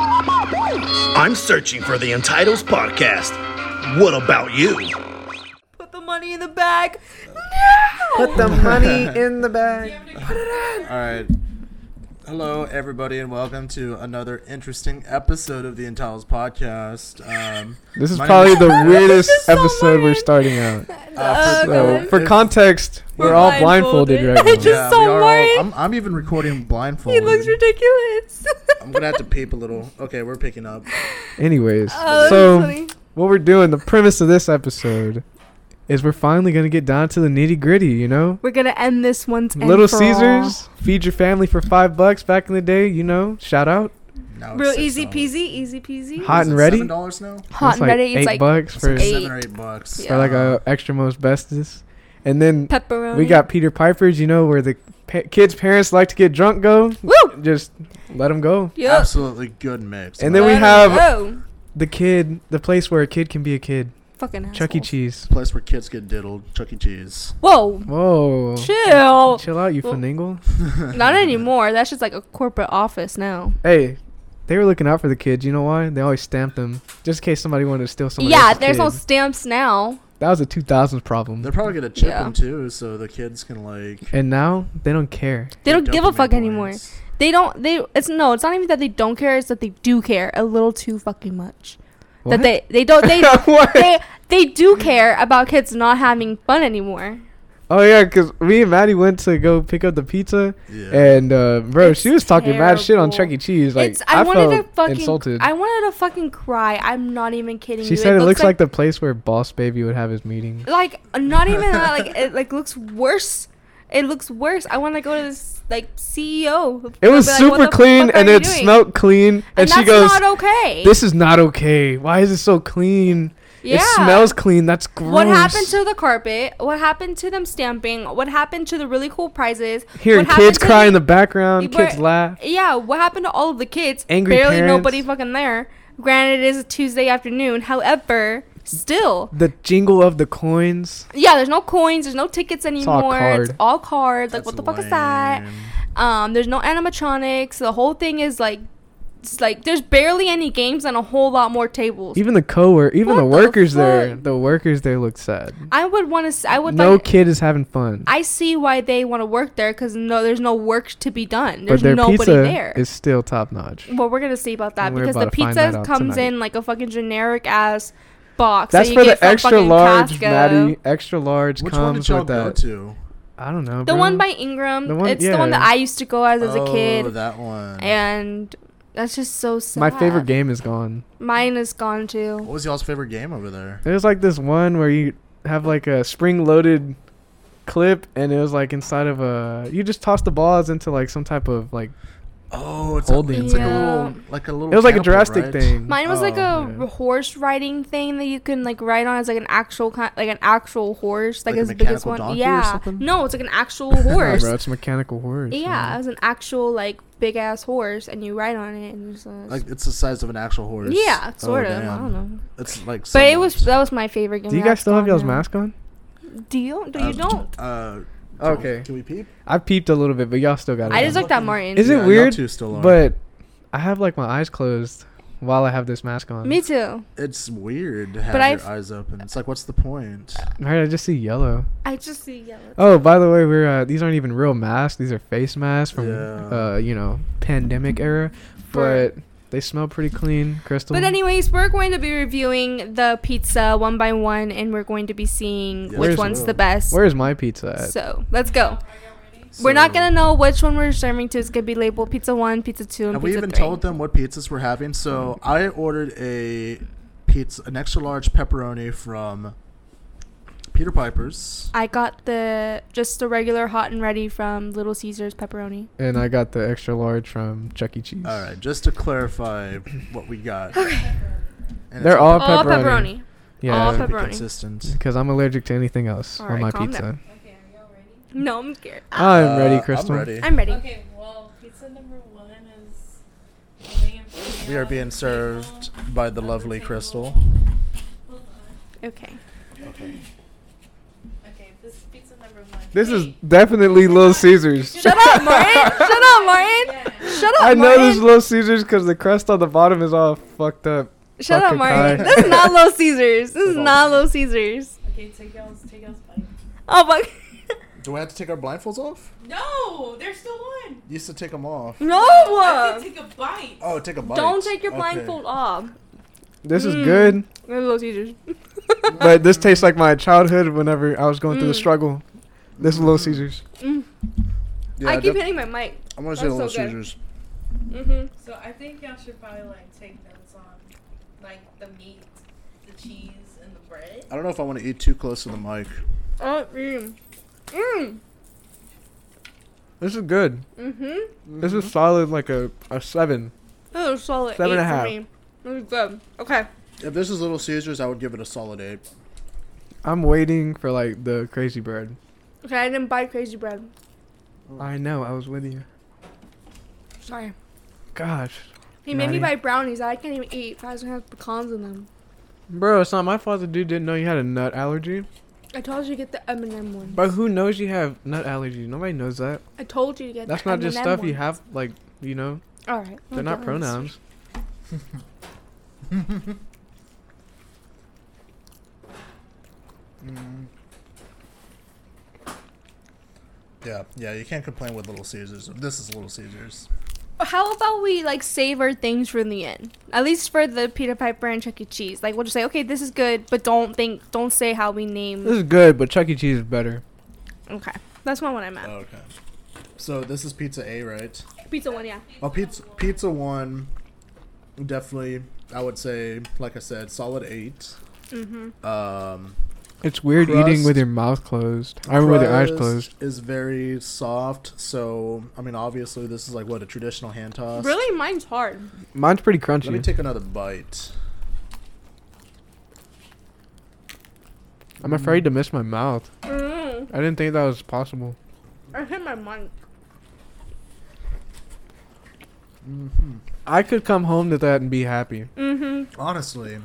I'm searching for the Entitles podcast. What about you? Put the money in the bag. Put the money in the bag. All right. Hello, everybody, and welcome to another interesting episode of the Intel's podcast. Um, This is My probably name the weirdest is so episode we're weird. starting out. Uh, So, Okay. for context, we're, We're all blindfolded, blindfolded. I right now. just- so we are worried. all, I'm, I'm even recording blindfolded. He looks ridiculous. I'm gonna have to peep a little. Okay, we're picking up. Anyways, Oh, so that's funny. what we're doing, the premise of this episode is we're finally gonna get down to the nitty gritty. You know, We're gonna end this once. and Little for all. Caesars, feed your family for five bucks back in the day. You know, shout out, Now it's Real six easy dollars. peasy, easy peasy. Hot Is and it ready? Seven dollars now. That's Hot and ready. eight It's like bucks It's for like seven Eight. or eight bucks. Yeah. for like a extra most bestest, and then pepperoni. we got Peter Piper's. You know, where the pa- kids' parents like to get drunk, go woo. just let them go. Yup. absolutely good mix. And then Like, we Let 'em have- go. The kid, the place where a kid can be a kid. fucking assholes. Chuck E. Cheese. a place where kids get diddled. Chuck E. Cheese. Whoa. Whoa. Chill. Chill out, you Well- finagle. Not anymore. That's just like a corporate office now. Hey, they were looking out for the kids. You know why? They always stamped them just in case somebody wanted to steal somebody. yeah, else's there's kid. no stamps now. That was a 2000s problem. They're probably gonna chip Yeah. them too, so the kids can like. and now they don't care. They don't get give a fuck dopamine anymore. points. They don't. They. It's no. It's not even that they don't care. It's that they do care a little too fucking much. What? That they they don't they What? they they do care about kids not having fun anymore. Oh yeah, cause me and Maddie went to go pick up the pizza, Yeah. and uh, bro, It's she was talking mad shit on Chuck terrible. E. Cheese. Like it's I, I, wanted felt to fucking insulted. I wanted to fucking cry. I'm not even kidding she you. said it looks like, the place where Boss Baby would have his meeting. like not even that like it like looks worse it looks worse i want to go to this like ceo It was Be like, "What super the clean fuck are and you it doing?" smelled clean, and, and she that's goes, not okay "This is not okay. Why is it so clean? yeah It smells clean. That's gross." what happened to the carpet what happened to them stamping what happened to the really cool prizes hearing what kids happened to cry in the- the background? Where- Kids laugh. yeah what happened to all of the kids Angry barely parents. nobody fucking there granted it is a tuesday afternoon however still The jingle of the coins. yeah there's no coins there's no tickets all anymore card. all cards like That's what the fuck is that lame. Um, there's no animatronics. The whole thing is like, it's like there's barely any games and a whole lot more tables. Even the coworker, even the What the workers there, fuck? the workers there look sad. I would want to. I would no like. kid is having fun. I see why they want to work there because no, there's no work to be done. but There's their nobody pizza there. is still top notch. well, we're gonna see about that And we're because about the to find that pizza out comes tonight. in like a fucking generic ass box. that That's you for get the from extra fucking large, Costco. Maddie. Extra large Which one did comes y'all with go that. to? I don't know. The bro. one by Ingram. The one- it's the one yeah. that I used to go as as a Oh, kid, uh, that one. and that's just so sad. my favorite game is gone. Mine is gone too. what was y'all's favorite game over there? There's like this one where you have like a spring-loaded clip, and it was like inside of a. You just toss the balls into like some type of like. Oh, it's, Holding. a, it's like a Yeah. little, like a little. It was like a catapult, drastic right? thing. Mine was like Oh, a yeah. horse riding thing that you can like ride on as like an actual kind, like an actual horse, like, Like a as big as mechanical one. donkey or yeah, something? no, it's like an actual horse. Nah, bro, it's a mechanical horse. yeah, it was an actual like big ass horse, and you ride on it, and it's, uh, Like it's the size of an actual horse. yeah, Oh, sort of. I damn. don't know. It's like. But it was somewhat. that was my favorite game. Do you that's guys still have gone y'all's now. mask on? Do you? Do you Uh, don't? Uh, can we- Okay. Can we peep? I peeped a little bit, but y'all still got it. I just on. like that Martin. Is it y'all weird? two still are. but I have like my eyes closed while I have this mask on. Me too. It's weird to have But your I've- eyes open. It's like, what's the point? Right, I just see yellow. I just see yellow. Oh, by the way, we're uh, these aren't even real masks. These are face masks from Yeah. uh, you know pandemic era, For- but they smell pretty clean, crystal. But anyways, we're going to be reviewing the pizza one by one, and we're going to be seeing Yeah. which Where's- one's the best. where's my pizza at? So let's go. So- We're not gonna know which one we're serving to. It's gonna be labeled pizza one, pizza two, and Have we pizza even three. told them what pizzas we're having? So I ordered a pizza, an extra large pepperoni from Peter Piper's. I got the just the regular hot and ready from Little Caesars pepperoni. and I got the extra large from Chuck E. Cheese. All right, just to clarify what we got. Okay. They're all All Oh, pepperoni. Oh, pepperoni. all Yeah, pep- be pepperoni. consistent. because I'm allergic to anything else All on right, my calm pizza. down. No, I'm scared. I'm ready, Uh, Crystal. I'm ready. I'm ready. Okay, well, pizza number one is. laying in front of We you are on being the served table. by the lovely Table. Crystal. Hold on. Okay. Okay, this is pizza number one. This is definitely Little Caesars. Shut up, Martin. Shut up, Martin. Shut up, I know this is Martin. Little Caesars because the crust on the bottom is all fucked up. Shut up, fucking Martin. Kai. This is not Little Caesars. This is not Little Caesars. Okay, take y'all's, take y'all's bike. Oh, fuck. Do we have to take our blindfolds off? No, there's still one. You used to take them off. I No. said take a bite. Oh, take a bite. Don't take your Okay. blindfold off. This is Mm. good, This is Little Caesars. but this tastes like my childhood whenever I was going through the Mm. struggle. This is Little Caesars. Yeah, I keep def- hitting my mic. I'm gonna say that's Little so good. Caesars. Mm-hmm. So I think y'all should probably like take notes on like the meat, the cheese, and the bread. I don't know if I want to eat too close to the mic. Oh, mm. Mm. This is good. Mm-hmm. This is solid, like a, a seven. That was solid. Seven eight and a half. For me. That was good. Okay. If this is Little Caesars, I would give it a solid eight. I'm waiting for like the crazy bread. Okay, I didn't buy crazy bread. I know. I was with you. Sorry. Gosh, He made me buy Maddie? brownies that I can't even eat. I gonna have pecans in them. bro, it's not my fault. The dude didn't know you had a nut allergy. I told you to get the M&M one. But who knows you have nut allergies? Nobody knows that. I told you to get That's the not just M&M stuff one. you have. Like you know, All right. they're not pronouns. Yeah, yeah, you can't complain with Little Caesars. This is Little Caesars. How about we like save our things for the end? At least for the Peter Piper and Chuck E. Cheese. Like we'll just say, okay, this is good, but don't think, don't say how we name. This is good, but Chuck E. Cheese is better. Okay, that's not what I'm at. Okay. So this is Pizza A, right? Uh, Pizza one, yeah. Well, pizza Pizza One, definitely. I would say, like I said, solid eight. Mhm. Um, It's weird eating with Crust. your mouth closed. I mean, with your eyes crust closed. Is very soft. So I mean, obviously, this is like what a traditional hand toss. Really, mine's hard. Mine's pretty Let me crunchy. take another bite. I'm afraid to miss my mouth. Mm, I didn't think that was possible. I hit my mic. I could come home to that and be happy. Mhm. Honestly,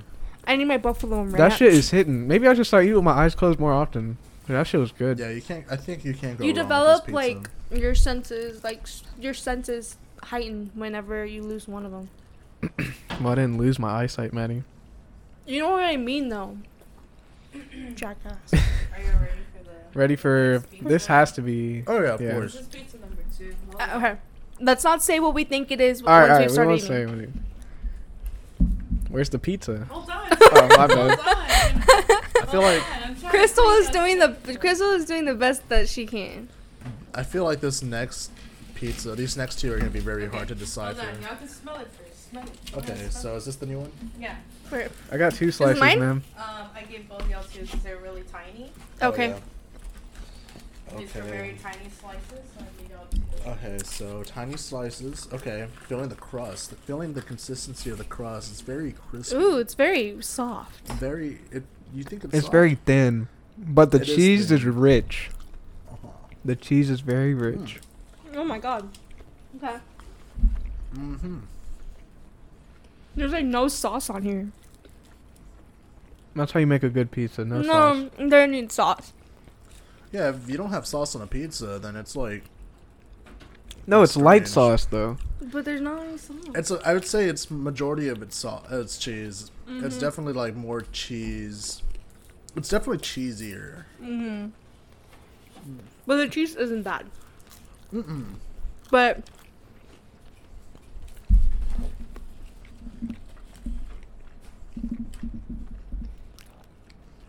I need my buffalo and That ranch. shit is hitting. Maybe I should start eating with my eyes closed more often. Dude, that shit was good. yeah, you can't. I think you can't go. You wrong with this develop pizza. like your senses, like s- your senses heighten whenever you lose one of them. Well, I didn't lose my eyesight, Maddie. You know what I mean, though. Jackass. Are you ready for the? Ready for this has to be. Oh yeah, of Yeah. This course. is pizza number two. Uh, okay. Let's not say what we think it is All right, once all we right. We start won't eating. say. what it- Where's the pizza? Hold on. Oh, my Hold bad. on. I feel like Crystal is doing the Crystal is doing the best that she can. I feel like this next pizza, these next two are gonna be very hard to Hold decipher. on, y'all can smell it first. Smell it. Smell it, Okay, smell so is this the new one? it. yeah. Okay. I got two slices, mine? ma'am. Um, I gave both y'all two because they're really tiny. Oh, Oh, yeah. These are very Okay. tiny slices, so I need y'all to. Okay, so tiny slices. Okay, feeling the crust, the- feeling the consistency of the crust. It's very crispy. Ooh, it's very soft. Very. It. You think it's. It's soft. very thin, but the It is cheese thin. is rich. Hmm. Uh-huh. The cheese is very rich. Oh my god. Okay. Mm-hmm. There's like no sauce on here. That's how you make a good pizza. No, No, sauce. there needs sauce. Yeah, if you don't have sauce on a pizza, then it's like No, it's light strange. sauce though. But there's not any sauce. it's. A, I would say it's majority of it's sauce. It's cheese. Mm-hmm. It's definitely like more cheese. It's definitely cheesier. Mm-hmm. But the cheese isn't bad. Mm-mm. But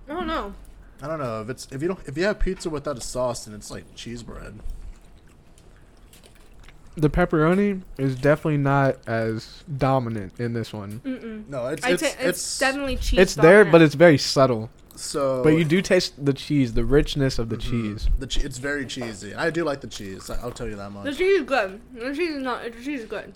I don't know. I don't know if it's if you don't if you have pizza without a sauce, then it's like cheese bread. The pepperoni is definitely not as dominant in this one. Mm-mm. No, it's I it's ta- it's, Mm-hmm. it's, definitely cheese. it's there, dominant. but it's very subtle. so. But you do taste the cheese, the richness of the cheese. The che- it's very cheesy. I do like the cheese. I- I'll tell you that the much. cheese is good. The cheese is not. The cheese is good.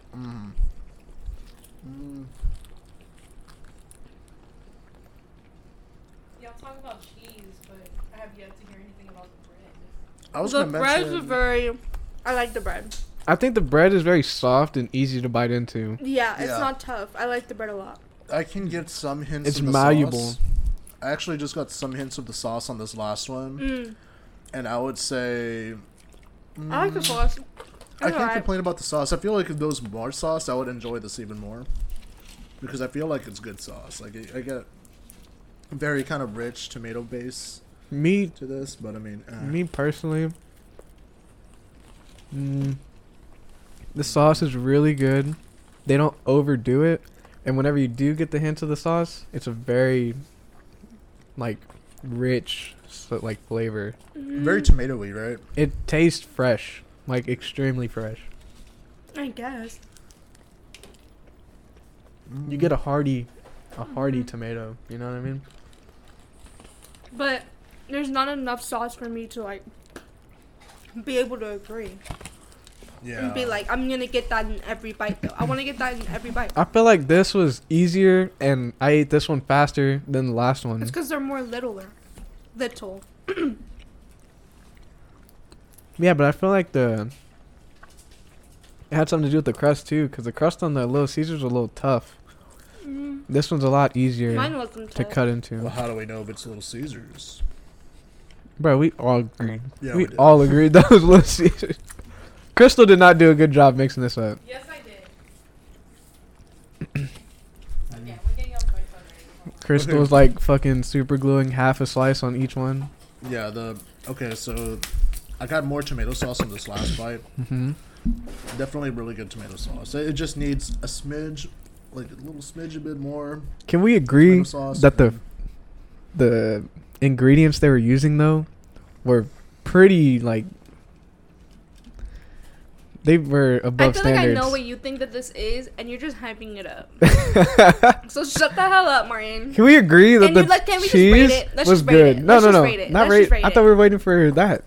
Y'all talk about cheese, but I have yet to hear anything about the bread. I was The gonna bread is mention. very. I like the bread. I think the bread is very soft and easy to bite into. Yeah, it's Yeah. not tough. I like the bread a lot. I can get some hints. It's of the malleable. Sauce. I actually just got some hints of the sauce on this last one. Mm. and I would say I like the sauce. Mm. I It's can't alright. complain about the sauce. I feel like if there was more sauce, I would enjoy this even more because I feel like it's good sauce. Like I I get very kind of rich tomato base Me, to this, but I mean, eh. me personally, mm, the sauce is really good. They don't overdo it, and whenever you do get the hint of the sauce, it's a very like rich so, like flavor. very tomatoey, right? It tastes fresh, like extremely fresh. I guess. You get a Mm-hmm. hearty, a hearty tomato. You know what I mean? But there's not enough sauce for me to like be able to agree Yeah. and be like, I'm gonna get that in every bite. Though I want to get that in every bite. I feel like this was easier, and I ate this one faster than the last one. It's because they're more littler, little. Yeah, but I feel like the it had something to do with the crust too, because the crust on the Little Caesars was a little tough. This one's a lot easier Mm-hmm. Mine wasn't. to tough. cut well, into. how do we know if it's Little Caesars? Bro, we all agreed. Yeah, we we did. all agreed that was Little Caesars. Crystal did not do a good job mixing this up. Yes, I did. okay, we're getting off my phone already. Crystal was like fucking super gluing half a slice on each one. Yeah. The okay. So I got more tomato sauce on this last bite. Mm-hmm. Definitely really good tomato sauce. It it just needs a smidge, like a little smidge, a bit more. Can we agree Tomato sauce that the and- the ingredients they were using though were pretty like they were I above feel standards. like I know what you think that this is, and you're just hyping it up. so shut the hell up, Martin. Can we agree that And the you let- can we just rate cheese it? Let's was just rate good? it. No, Let's no, just no, rate it. not Let's rate. just rate I it. thought we were waiting for that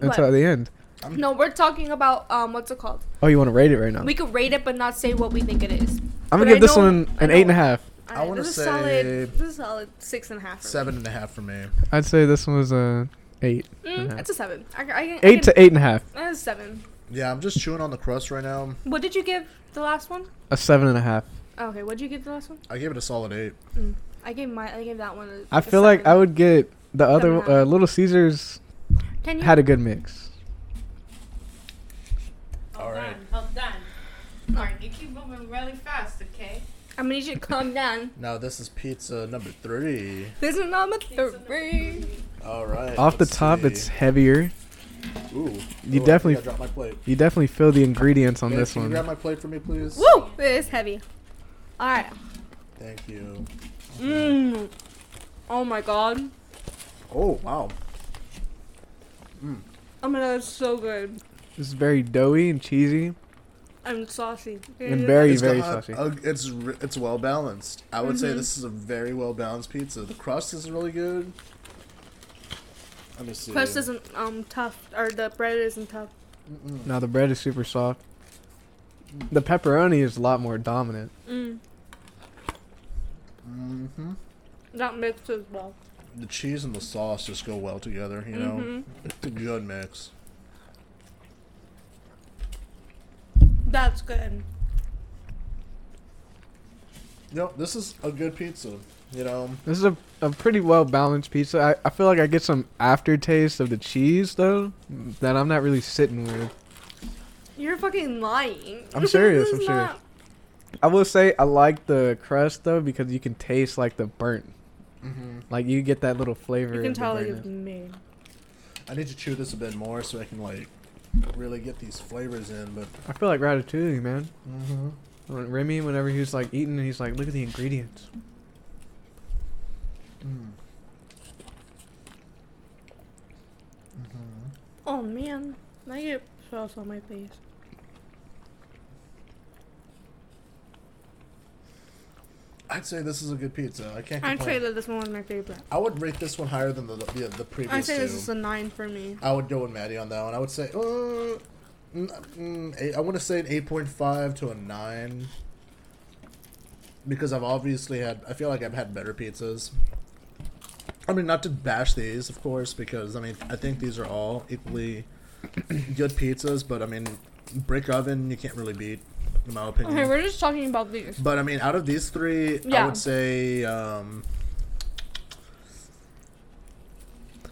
until What? the end. No, we're talking about um, what's it called? Oh, you want to rate it right now? We could rate it, but not say what we think it is. I'm but gonna I give this know- one I an know- eight and a half. I wanna this is say- solid. This is solid six and a half. for me. seven and a half for me. I'd say this one was a eight, and a Mm, half. it's a seven. I, I, I, eight to eight and a half, That is seven. Yeah, I'm just chewing on the crust right now. What did you give the last one? a seven and a half. Okay, what did you give the last one? I gave it a solid eight. I gave my. I gave that one. a- I a feel like I seven. would get the other Seven and a uh, half. Little Caesars Can you? had a good mix. Hold Alright. on, hold on. Martin, you keep moving really fast, okay? I'm gonna need you to calm down. Now this is pizza number three. This is number three. All right. Off the let's top, see. it's heavier. you Ooh. Ooh, I definitely- think I dropped my plate. You definitely feel the ingredients on Babe, this can you one. grab my plate for me, please? Woo! It is heavy. All right. Thank you. Mmm. Oh my god. Oh wow. Oh my god, it's so good. It's very doughy and cheesy. And saucy. And very- It's very got saucy. uh, a- it's re- it's well balanced. I would Mm-hmm. say this is a very well balanced pizza. The crust is really good. Let me see. Crust isn't um tough, or the bread isn't tough. Now the bread is super soft. The pepperoni is a lot more dominant. Mm. hmm That mixed as well. The cheese and the sauce just go well together. You know, Mm-hmm. it's a good mix. That's good. Yep, this is a good pizza. You know, This is a, a pretty well balanced pizza. I, I feel like I get some aftertaste of the cheese though that I'm not really sitting with. You're fucking lying. I'm serious, This I'm is serious. not- I will say I like the crust though because you can taste like the burnt. Mm-hmm. Like you get that little flavor. You can of the tell it burntness. was made. I need to chew this a bit more so I can like really get these flavors in. But I feel like ratatouille, man. Mm-hmm. When Remy, whenever he was like eating, he's like, "Look at the ingredients." Oh man, I get sauce on my face. I'd say this is a good pizza. I can't I'd complain. say that this one was my favorite. I would rate this one higher than the the, the previous I'd say two. this is a nine for me. I would go with Maddie on that one. I would say, uh, mm, mm, eight, I want to say an eight point five to a nine, because I've obviously had. I feel like I've had better pizzas. I mean, not to bash these, of course, because I mean, I think these are all equally good pizzas. But I mean, brick oven you can't really beat, in my opinion. Okay, we're just talking about these. But I mean, out of these three, I Yeah. would say um,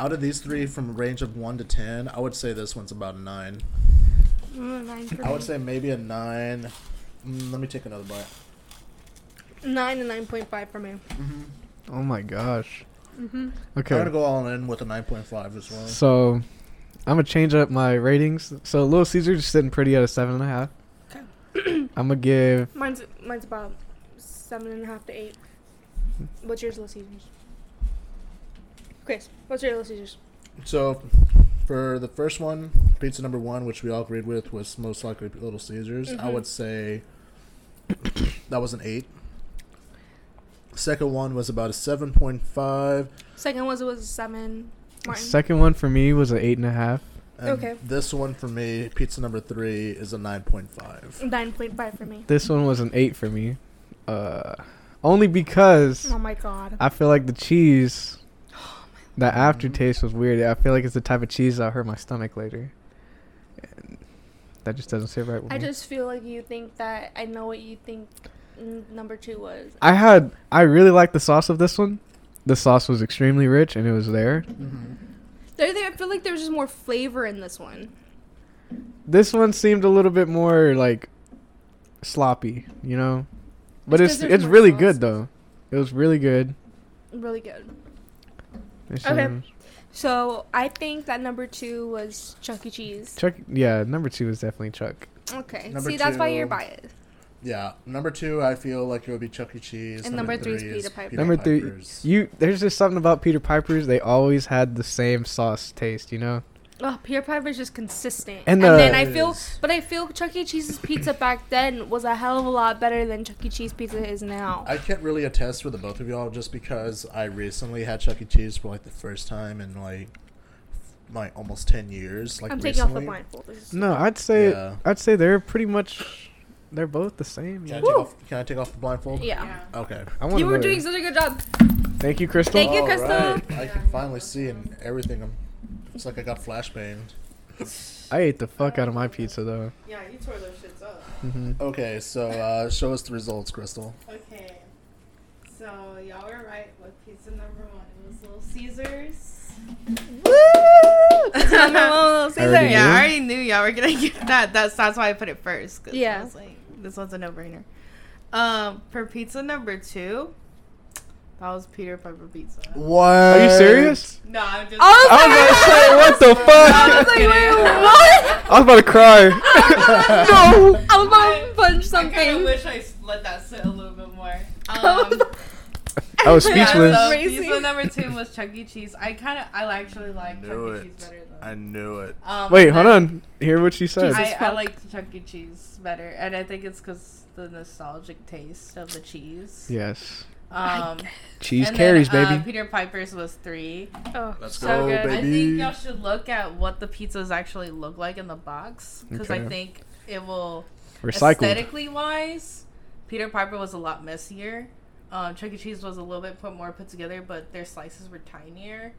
Out of these three, from a range of one to ten, I would say this one's about a nine. Mm, nine for I would me. say maybe a nine. Mm, let me take another bite. nine and nine point five for me. Oh my gosh. Mm-hmm. I'm gonna Okay. go all in with a nine point five as well. So, I'm gonna change up my ratings. So, Little Caesar's just sitting pretty at a seven and a half. I'm gonna give Mine's mine's about seven and a half to eight. What's yours, Little Caesars? Chris, what's your Little Caesars? So, for the first one, pizza number one, which we all agreed with, was most likely Little Caesars. I would say that was an eight. Second one was about a seven point five. Second was was a seven. Martin. second one for me was an eight and a half. And Okay. This one for me, pizza number three, is a nine point five. Nine point five for me. This one was an eight for me, uh, only because Oh my god. I feel like the cheese, that aftertaste was weird. I feel like it's the type of cheese that hurt my stomach later. And that just doesn't sit right with I me. just feel like you think that I know what you think n- number two was. I had I really liked the sauce of this one. The sauce was extremely rich and it was there. There, there, I feel like there's just more flavor in this one. This one seemed a little bit more like sloppy, you know. But It's it's 'cause it's, there's more really sauce. good though. It was really good. Really good. It's, Okay. um, So I think that number two was Chuck E. Cheese. Chuck, yeah, number two is definitely Chuck. Okay. Number See, that's why you're two. biased. Yeah. Number two, I feel like it would be Chuck E. Cheese. And number three is Peter Piper. Number three- Piper's. You, there's just something about Peter Piper's. They always had the same sauce taste, you know. Oh, Peter Piper is just consistent. And, And then the- I feel, Yes. but I feel Chuck E. Cheese's pizza back then was a hell of a lot better than Chuck E. Cheese pizza is now. I can't really attest for the both of y'all just because I recently had Chuck E. Cheese for like the first time in like my almost ten years. Like I'm taking off recently. the blindfold. This is- No, I'd say Yeah. I'd say they're pretty much they're both the same. Can I, Yeah. take off, can I take off the blindfold? Yeah. Okay. I want You were to. doing such a good job. Thank you, Crystal. Thank you, All Crystal. right. I can finally see and everything. I'm, it's like I got flashbanged. I ate the fuck out of my pizza though. Yeah, you tore those shits up. hmm Okay, so uh, show us the results, Crystal. Okay. So y'all were right with pizza number one. It was Little Caesars. I already yeah, knew. I already knew y'all were gonna get that. That's that's why I put it first. 'cause Yeah. I was like, this one's a no brainer. Um, for pizza number two, that was Peter Piper pizza. What? Are you serious? No, I'm just. Oh, I was about to say, what the I was fuck? like, wait, what? I was about to cry. no. I'm about to punch I kind of something. wish I s- let that sit a little bit more. What Um, the I was Yeah, speechless. so Crazy. pizza number two was Chuck E. Cheese. I kind of, I actually like Knew Chuck E. Cheese it. better though. I knew it. Um, Wait, and hold then on. Hear what she said. Jesus. I, I fuck. like Chuck E. Cheese better, and I think it's because the nostalgic taste of the cheese. Yes. Um, Cheese and carries, then, uh, baby. Peter Piper's was three. Oh, Let's so go, good. baby. I think y'all should look at what the pizzas actually look like in the box because I Okay. think it will Recycled. aesthetically wise. Peter Piper was a lot messier. Um, Chuck E. Cheese was a little bit put more put together, but their slices were tinier.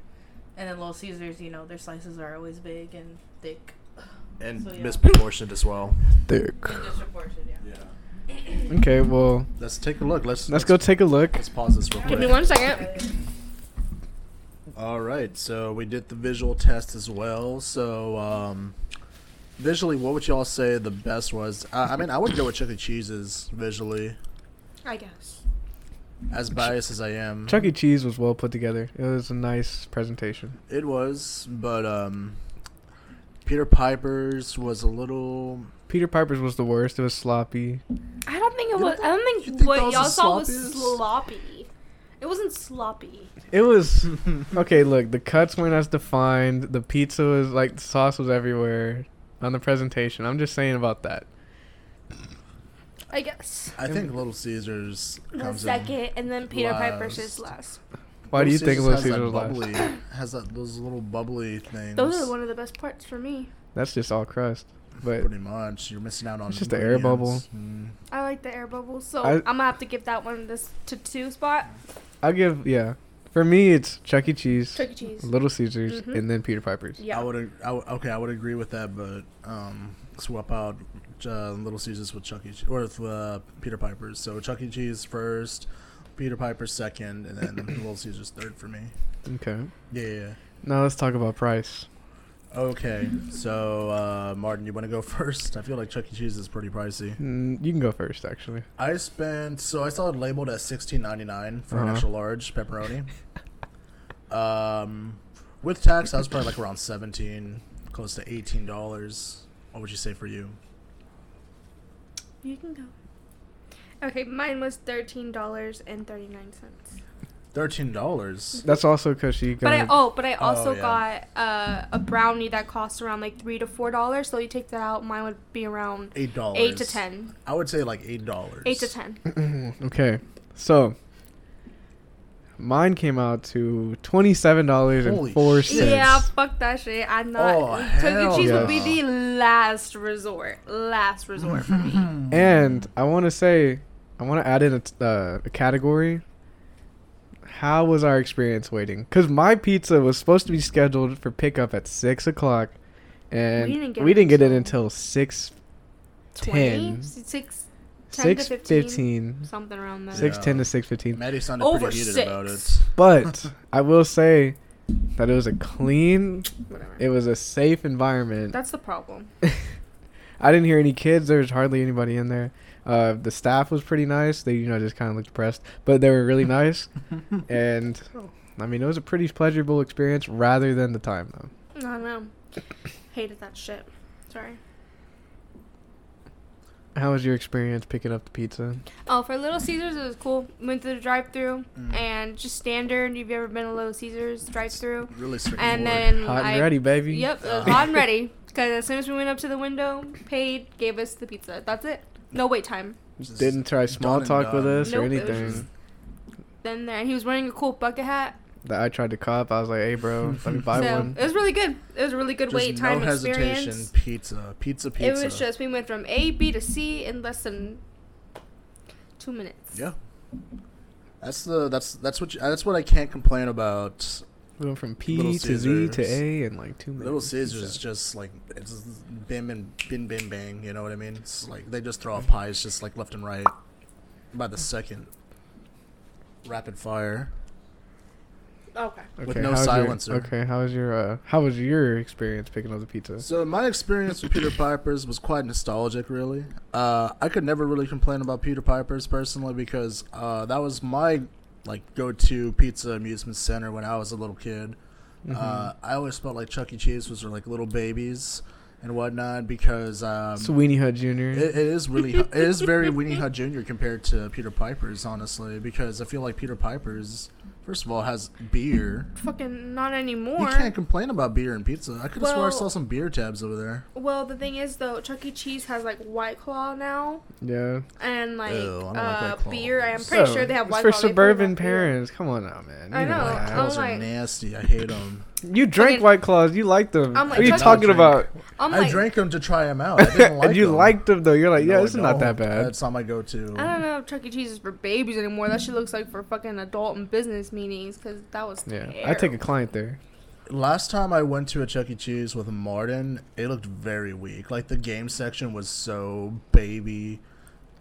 And then Little Caesars, you know, their slices are always big and thick. And So, yeah. misproportioned as well. Thick. And disproportionate, yeah. Yeah. Okay, well, Let's take a look. Let's let's go take a look. Let's pause this real Give quick. me one second. All right, so we did the visual test as well. So um, visually, what would y'all say the best was? I, I mean, I would go with Chuck E. Cheese's visually, I guess. as biased as I am. Chuck E. Cheese was well put together. It was a nice presentation. It was, but um, Peter Piper's was a little. Peter Piper's was the worst. It was sloppy. I don't think it You was. I don't you think, think what that was y'all the saw was sloppiest? sloppy. It wasn't sloppy. It was okay. Look, the cuts weren't as defined. The pizza was like the sauce was everywhere on the presentation. I'm just saying about that. I guess. I think Little Caesars Was comes in. second, and then Peter Piper's is last. Why do you think Little has that Caesars was last? bubbly, Has that those little bubbly things? Those are one of the best parts for me. That's just all crust. But Pretty much, you're missing out on. It's just the air bubble. ingredients. Mm. I like the air bubbles, so I, I- am gonna have to give that one this to two spot. I'll give yeah. For me, it's Chuck E. Cheese, Chuck E. Cheese. Little Caesars, Mhm. and then Peter Piper's. I Yeah. would. ag- I would- okay, I would agree with that, but um, swap out uh, Little Caesars with Chuck E. Cheese or with uh, Peter Piper's. So Chuck E. Cheese first, Peter Piper second, and then Little Caesars third for me. Okay. Yeah, yeah, yeah. Now let's talk about price. Okay, so uh, Martin, you want to go first? I feel like Chuck E. Cheese is pretty pricey. Mm, you can go first, actually. I spent so I saw it labeled as sixteen ninety nine for an Uh-huh. extra large pepperoni. um, with tax, I was probably like around seventeen, close to eighteen dollars. What would you say for you? You can go. Okay, mine was thirteen dollars and thirty nine cents. Thirteen dollars. That's also because she got. But I oh, but I also yeah. got uh, a brownie that costs around like three to four dollars. So you take that out, mine would be around Eight dollars. eight to ten. I would say like eight dollars. Eight to ten. okay, so mine came out to twenty seven dollars and Holy four shit. cents. Yeah, fuck that shit. I'm not. Oh, Chuck hell E. Cheese would yeah. be the last resort. Last resort for me. And I want to say, I want to add in a, t- uh, a category. How was our experience waiting? Because my pizza was supposed to be scheduled for pickup at six o'clock, and we didn't get, it it until- until six 20, Ten. six, 10 to six 15, fifteen. something around there. Six- Six ten to six fifteen. Maddie sounded Over pretty heated six. about it. But I will say that it was a clean. Whatever. It was a safe environment. That's the problem. I didn't hear any kids. There was hardly anybody in there. Uh, the staff was pretty nice. They, you know, just kind of looked depressed, but they were really nice. and I mean, it was a pretty pleasurable experience, rather than the time though. I don't know. Hated that shit. Sorry. How was your experience picking up the pizza? Oh, for Little Caesars, it was cool. Went through the drive through Mm. and just standard. You've ever been to Little Caesars drive through? Really straightforward. And then Hot I, and ready, baby. Yep, it was hot and ready. Because as soon as we went up to the window, paid, gave us the pizza. That's it. No wait time. Just Didn't try small done and talk with done. us or Nope, it was anything. just- Then there, and he was wearing a cool bucket hat. That I tried to cop. I was like, "Hey, bro, let me buy so one." it was really good. It was a really good Just wait time no hesitation. experience. Pizza, pizza, pizza. It was just we went from A, B to C in less than two minutes. yeah. That's the that's that's what you, that's what I can't complain about. We went from P Little to Z to Caesars. A in like two minutes. Little Caesars Pizza. is just like it's just bim and bin bin bang. You know what I mean? It's like they just throw out pies just like left and right by the second. Rapid fire. Okay. Okay, with no how's your- silencer. okay, how was your uh, how was your experience picking up the pizza? So my experience with Peter Piper's was quite nostalgic, really. Uh, I could never really complain about Peter Piper's personally because uh, that was my like go-to pizza amusement center when I was a little kid. Uh, I always felt like Chuck E. Cheese was for, like little babies and whatnot because um, Sweeney Hut Jr. It, it is really, it is very Winnie Hut Jr. compared to Peter Piper's, honestly, because I feel like Peter Piper's, first of all, has beer. Fucking not anymore. you can't complain about beer and pizza. I could have sworn I Well- saw some beer tabs over there. Well, the thing is though, Chuck E. Cheese has like White Claw now, yeah, and like Ew, I don't like uh, White Claws. beer. I'm pretty So, sure they have it's White for Claw. They put it suburban on beer. parents. Come on now, man. I You know. like I'm that. Those are like- nasty. I hate them. you drank Fucking- White Claws. You liked them. I'm like, what are you Chuck- talking I about? drank- I'm I like, drank them to try them out. I didn't like and you them. liked them though. You're like, yeah, No, I this is not that don't. bad. That's not my go-to. I don't know if Chuck E. Cheese is for babies anymore. That shit looks like for fucking adult and business meetings because that was Yeah, terrible. I take a client there. Last time I went to a Chuck E. Cheese with Martin, it looked very weak. Like the game section was so baby,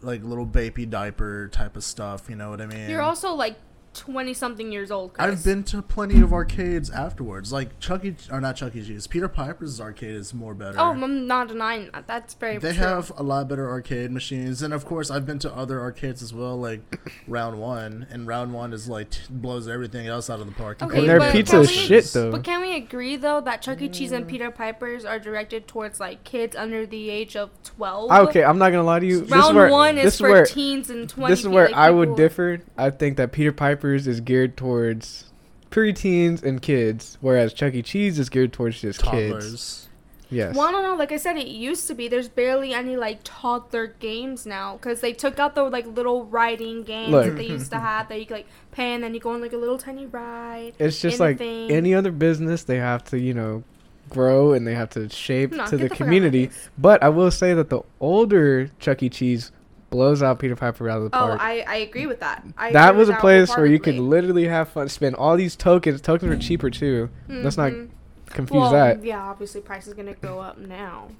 like little baby diaper type of stuff. You know what I mean? You're also like twenty something years old. Chris. I've been to plenty of arcades afterwards, like Chuck E. or not Chuck E. Cheese. Peter Piper's arcade is more better. Oh, I'm not denying that. That's very. they true. have a lot better arcade machines, and of course, I've been to other arcades as well, like Round One, and Round One is like t- blows everything else out of the park. Okay, And their but pizza is can we- shit though. But can we agree though that Chuck E. Cheese Mm. and Peter Piper's are directed towards like kids under the age of twelve? Ah, Okay, I'm not gonna lie to you. this is Round where, one this is for where, teens and twenty. This is where like, I would people- differ. I think that Peter Piper's is geared towards preteens and kids, whereas Chuck E. Cheese is geared towards just kids. Toddlers. Yes. Well, I don't know. Like I said, it used to be. There's barely any like toddler games now because they took out the like little riding games Look. that they used to have that you could like pay and then you go on like a little tiny ride. It's just anything. like any other business, they have to, you know, grow and they have to shape No, to get the the fuck out of my community. face. But I will say that the older Chuck E. Cheese blows out Peter Piper out of the Oh, park. I, I agree with that. I that agree was with a place where you could wholeheartedly. literally have fun, spend all these tokens. Tokens were cheaper too. Let's not Mhm. confuse well, that. yeah, obviously price is gonna go up now.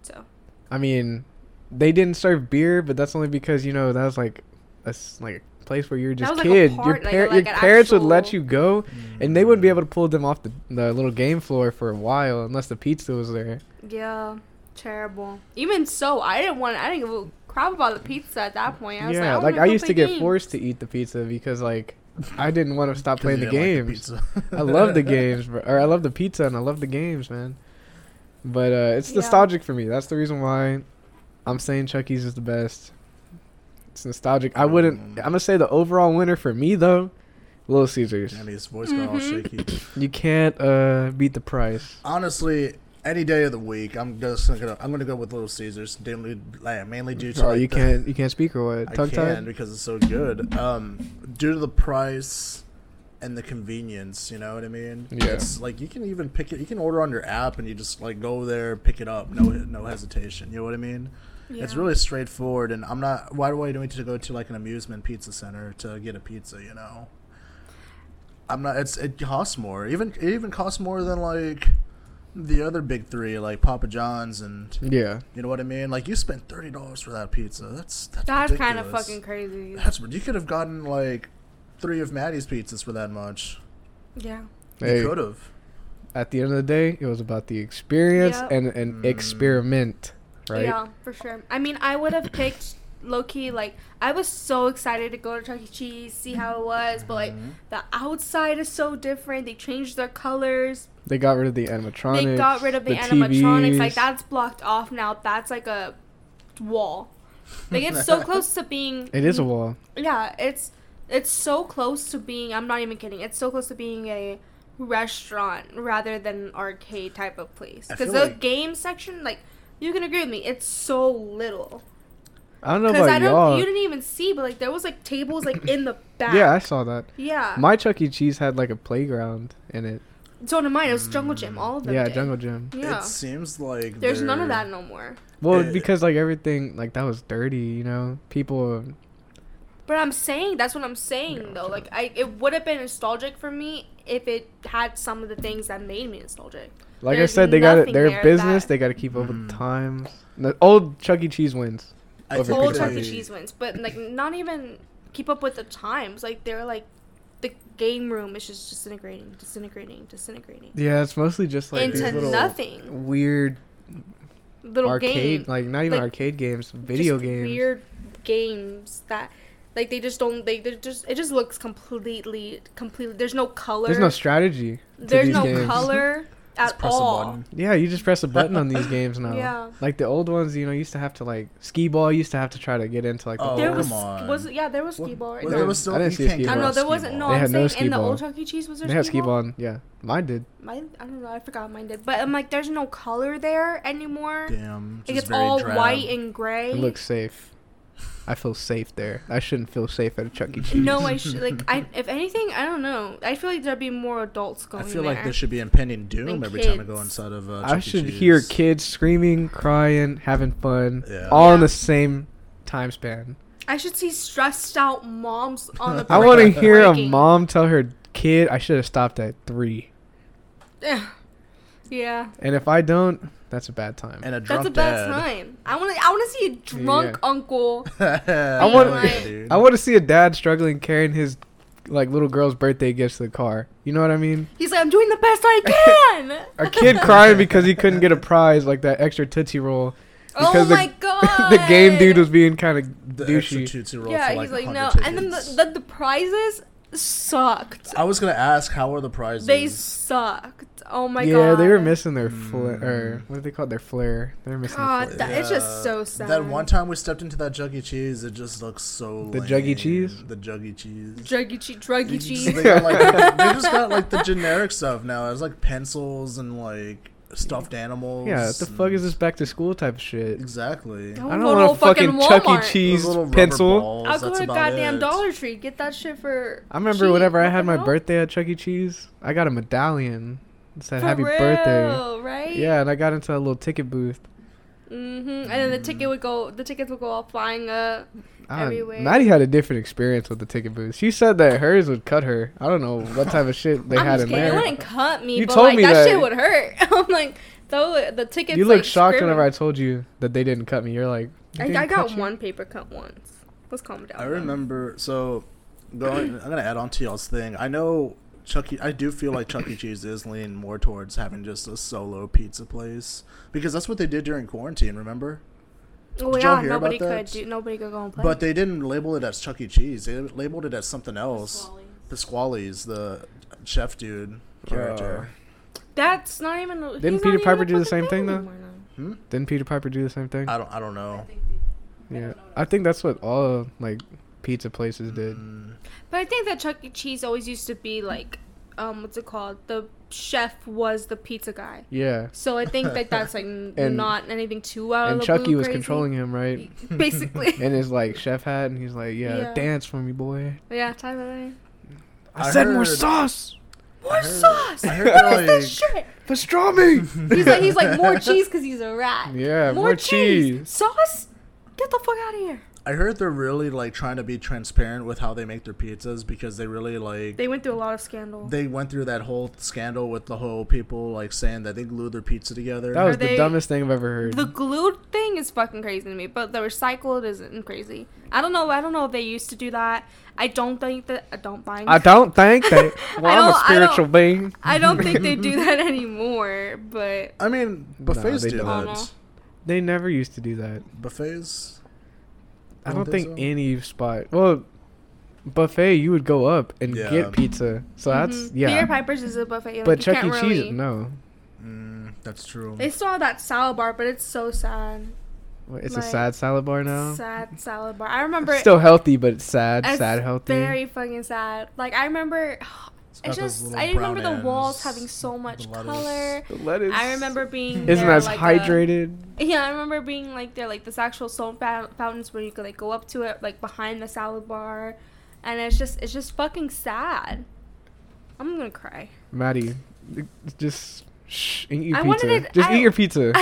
So I mean, they didn't serve beer, but that's only because you know that was like a s- like a place where you're just was, like, a kids. your part- like, par- like your an parents would let actual- you go, Mm. and they wouldn't be able to pull them off the, the little game floor for a while unless the pizza was there. Yeah, terrible. Even so, I didn't want. I didn't give a crap about the pizza at that point. I was like, I, yeah, like wanna I go used to play get games. forced to eat the pizza because like I didn't want to stop 'Cause playing you the didn't games. like the pizza. I love the games, bro. or I love the pizza and I love the games, man. But uh, it's Yeah. nostalgic for me. That's the reason why I'm saying Chuck E's is the best. It's nostalgic. I wouldn't. Mm. I'm gonna say the overall winner for me though, Little Caesars. And his voice got all Mm-hmm. shaky. You can't uh, beat the price. Honestly, any day of the week, I'm just gonna I'm gonna go with Little Caesars, mainly, like, mainly due to Oh, like, you the- can't. You can't speak or what? I Tongue can tied. because it's so good. Um, due to the price and the convenience, you know what I mean. Yeah. It's like you can even pick it. You can order on your app, and you just like go there, pick it up, no no hesitation. You know what I mean? It's Yeah. really straightforward, and I'm not. Why do I need to go to like an amusement pizza center to get a pizza? You know. I'm not. It's it costs more. Even it even costs more than like the other big three, like Papa John's, and Yeah. you know what I mean. Like you spent thirty dollars for that pizza. That's that's, That's kind of ridiculous. fucking crazy. That's what you could have gotten like three of Maddie's pizzas for that much. Yeah. Hey. You could have. At the end of the day, it was about the experience Yep. and and Mm. experiment, right? Yeah, for sure. I mean, I would have picked low key. Like, I was so excited to go to Chuck E. Cheese, see how it was, but Mm-hmm. like the outside is so different. They changed their colors. They got rid of the animatronics. they got rid of the, animatronics. Like that's blocked off now. That's like a wall. Like it's so close to being. It is a wall. Yeah, it's it's so close to being. I'm not even kidding. It's so close to being a restaurant rather than an arcade type of place. I Because feel the like- game section, like you can agree with me, it's so little. I don't know Because about I don't. y'all. You didn't even see, but like there was like tables like in the back. yeah, I saw that. Yeah. My Chuck E. Cheese had like a playground in it. so in mine, it was Jungle Gym. All of them. Mm, yeah, did. Jungle Gym. Yeah. It seems like There's none of they're- that no more. Well, Uh, because like everything, like that was dirty, you know. People, But I'm saying that's what I'm saying though. Like I, it would have been nostalgic for me if it had some of the things that made me nostalgic. like There's I said, they got it. nothing Their there business, that- they got to keep up with Hmm. the times. The old Chuck E. Cheese wins. I Over think Old Pizza Chuck they- E. Cheese wins, but like not even keep up with the times. Like they're like the game room is just disintegrating, disintegrating, disintegrating Yeah, it's mostly just like into these little nothing. weird Little arcade, game, like not even Like, arcade games, video just games. weird games that. Like they just don't. They they just it just looks completely completely. There's no color. There's no strategy. To there's these no games. color at press a all. button. Yeah, you just press a button on these games now. Yeah. Like the old ones, you know, used to have to like skee ball. Used to have to try to get into like the Oh, There come was on. was yeah, there was skee ball right Well, there. there was still, I didn't you see a can't ski get I ball. don't know. around There ski wasn't. No, ball. They I'm had no saying skee in the ball. old Chuck E. Cheese was there They had skee skee ball. ball. Yeah, mine did. Mine, I don't know. I forgot mine did. But I'm like, there's no color there anymore. Damn. Like just it's very all drab. white and gray. It looks safe. I feel safe there. I shouldn't feel safe at a Chuck E. Cheese. no, I should like. I if anything, I don't know. I feel like there'd be more adults I going feel there. like there should be impending doom And every time I go kids. inside of. Uh, I Chuck E. should hear Cheese. kids screaming, crying, having fun, Yeah. all in Yeah. the same time span. I should see stressed out moms on the. I want to brink of hear a breaking. mom tell her kid, "I should have stopped at three. yeah, And if I don't, that's a bad time. and a that's drunk a bad dad. time. I want to. I want to see a drunk Yeah. uncle. I want- dude. I want to see a dad struggling carrying his like little girl's birthday gifts to the car. You know what I mean? He's like, I'm doing the best I can. A kid crying because he couldn't get a prize like that extra tootsie roll. oh because the- my god. the game dude was being kind of the douchey. extra tootsie roll Yeah, for, he's like, 100 no. And then tickets. the, the, the prizes sucked. I was gonna ask how are the prizes? They sucked. Oh my god. yeah, they were missing their flair. Hmm. Or what do they call it? Their flair. They were missing God, the that, flair. it's just Uh, so sad. That one time we stepped into that Juggy Cheese, it just looks so. The lame. Juggy Cheese? The Juggy Cheese. druggy cheese, druggy cheese. They, got, like, they just got like the generic stuff now. It's like pencils and like stuffed animals. Yeah, what the fuck is this back to school type shit? Exactly. I don't want a fucking Chuck E. Cheese Those little rubber pencil. balls, I'll go that's to about goddamn it. Dollar Tree. Get that shit for. I remember cheap. whenever I What had the my hell? birthday at Chuck E. Cheese, I got a medallion that said For "Happy real, Birthday." right? Yeah, and I got into a little ticket booth. Mm-hmm. And then the ticket would go. The tickets would go all flying up. I, Everywhere. Maddie had a different experience with the ticket booth. She said that hers would cut her. I don't know what type of shit they I'm had just in kidding. It there. wouldn't cut me, You but told like me that, that. shit would hurt. I'm like, though the tickets. You looked like, shocked scribbled- whenever I told you that they didn't cut me. You're like, "They I, didn't I cut got you?" one paper cut once. Let's calm down. I remember so The only- I'm gonna add on to y'all's thing. I know Chuck. E- I do feel like Chuck E. Cheese is leaning more towards having just a solo pizza place because that's what they did during quarantine. Remember? Well, Did y'all Oh, yeah, hear nobody about could. that? Do, nobody could go and play. But they didn't label it as Chuck E. Cheese. They labeled it as something else. The Squallies, the chef dude character. That's not even. Didn't Peter Piper do the same thing, though? Didn't Peter Piper do the same thing? I don't. I don't know. yeah, I think that's what all like pizza places did. But I think that Chuck E. Cheese always used to be like, um, what's it called? The chef was the pizza guy. Yeah, So I think that that's like n- And- not anything too out of and the Chucky blue was crazy. controlling him, right? Basically, And his like chef hat, and he's like, "Yeah, Yeah. dance for me, boy." yeah, Tyler. I, I said more heard- sauce, More sauce. I heard they're That like, shit. pastrami. He's like, he's like more cheese because he's a rat. Yeah, more, more cheese. cheese. Sauce. Get the fuck out of here. I heard they're really like trying to be transparent with how they make their pizzas because they really like They went through a lot of scandal. they went through that whole scandal with the whole people like saying that they glued their pizza together. that was the they- dumbest thing I've ever heard. The glued thing is fucking crazy to me, but the recycled isn't crazy. I don't know. I don't know if they used to do that. I don't think that. I don't buy. I don't think that. don't- Well, I'm a I don't- spiritual being. I don't think they do that anymore. But I mean, buffets they do don't. Oh, no. that. They never used to do that. Buffets. I don't, think, any spot. Well, buffet, you would go up and Yeah. get pizza. So that's Mhm. Peter yeah. Piper's is a buffet. Like, But you Chuck E. can't Cheese, really- no. Mm, that's true. They still have that salad bar, but it's so sad. Wait, It's a Like, sad salad bar now. Sad salad bar. I remember Still healthy, but it's sad, it's sad healthy. Very fucking sad. Like I remember. It's just I remember the walls having so much color. The lettuce I remember being isn't there as like a- hydrated. Yeah, I remember being like there, like this actual soap fou- fountains where you could like go up to it, like behind the salad bar, and it's just it's just fucking sad. I'm gonna cry. Maddie, just shh, and eat your I wanted pizza. it- just I- eat your pizza.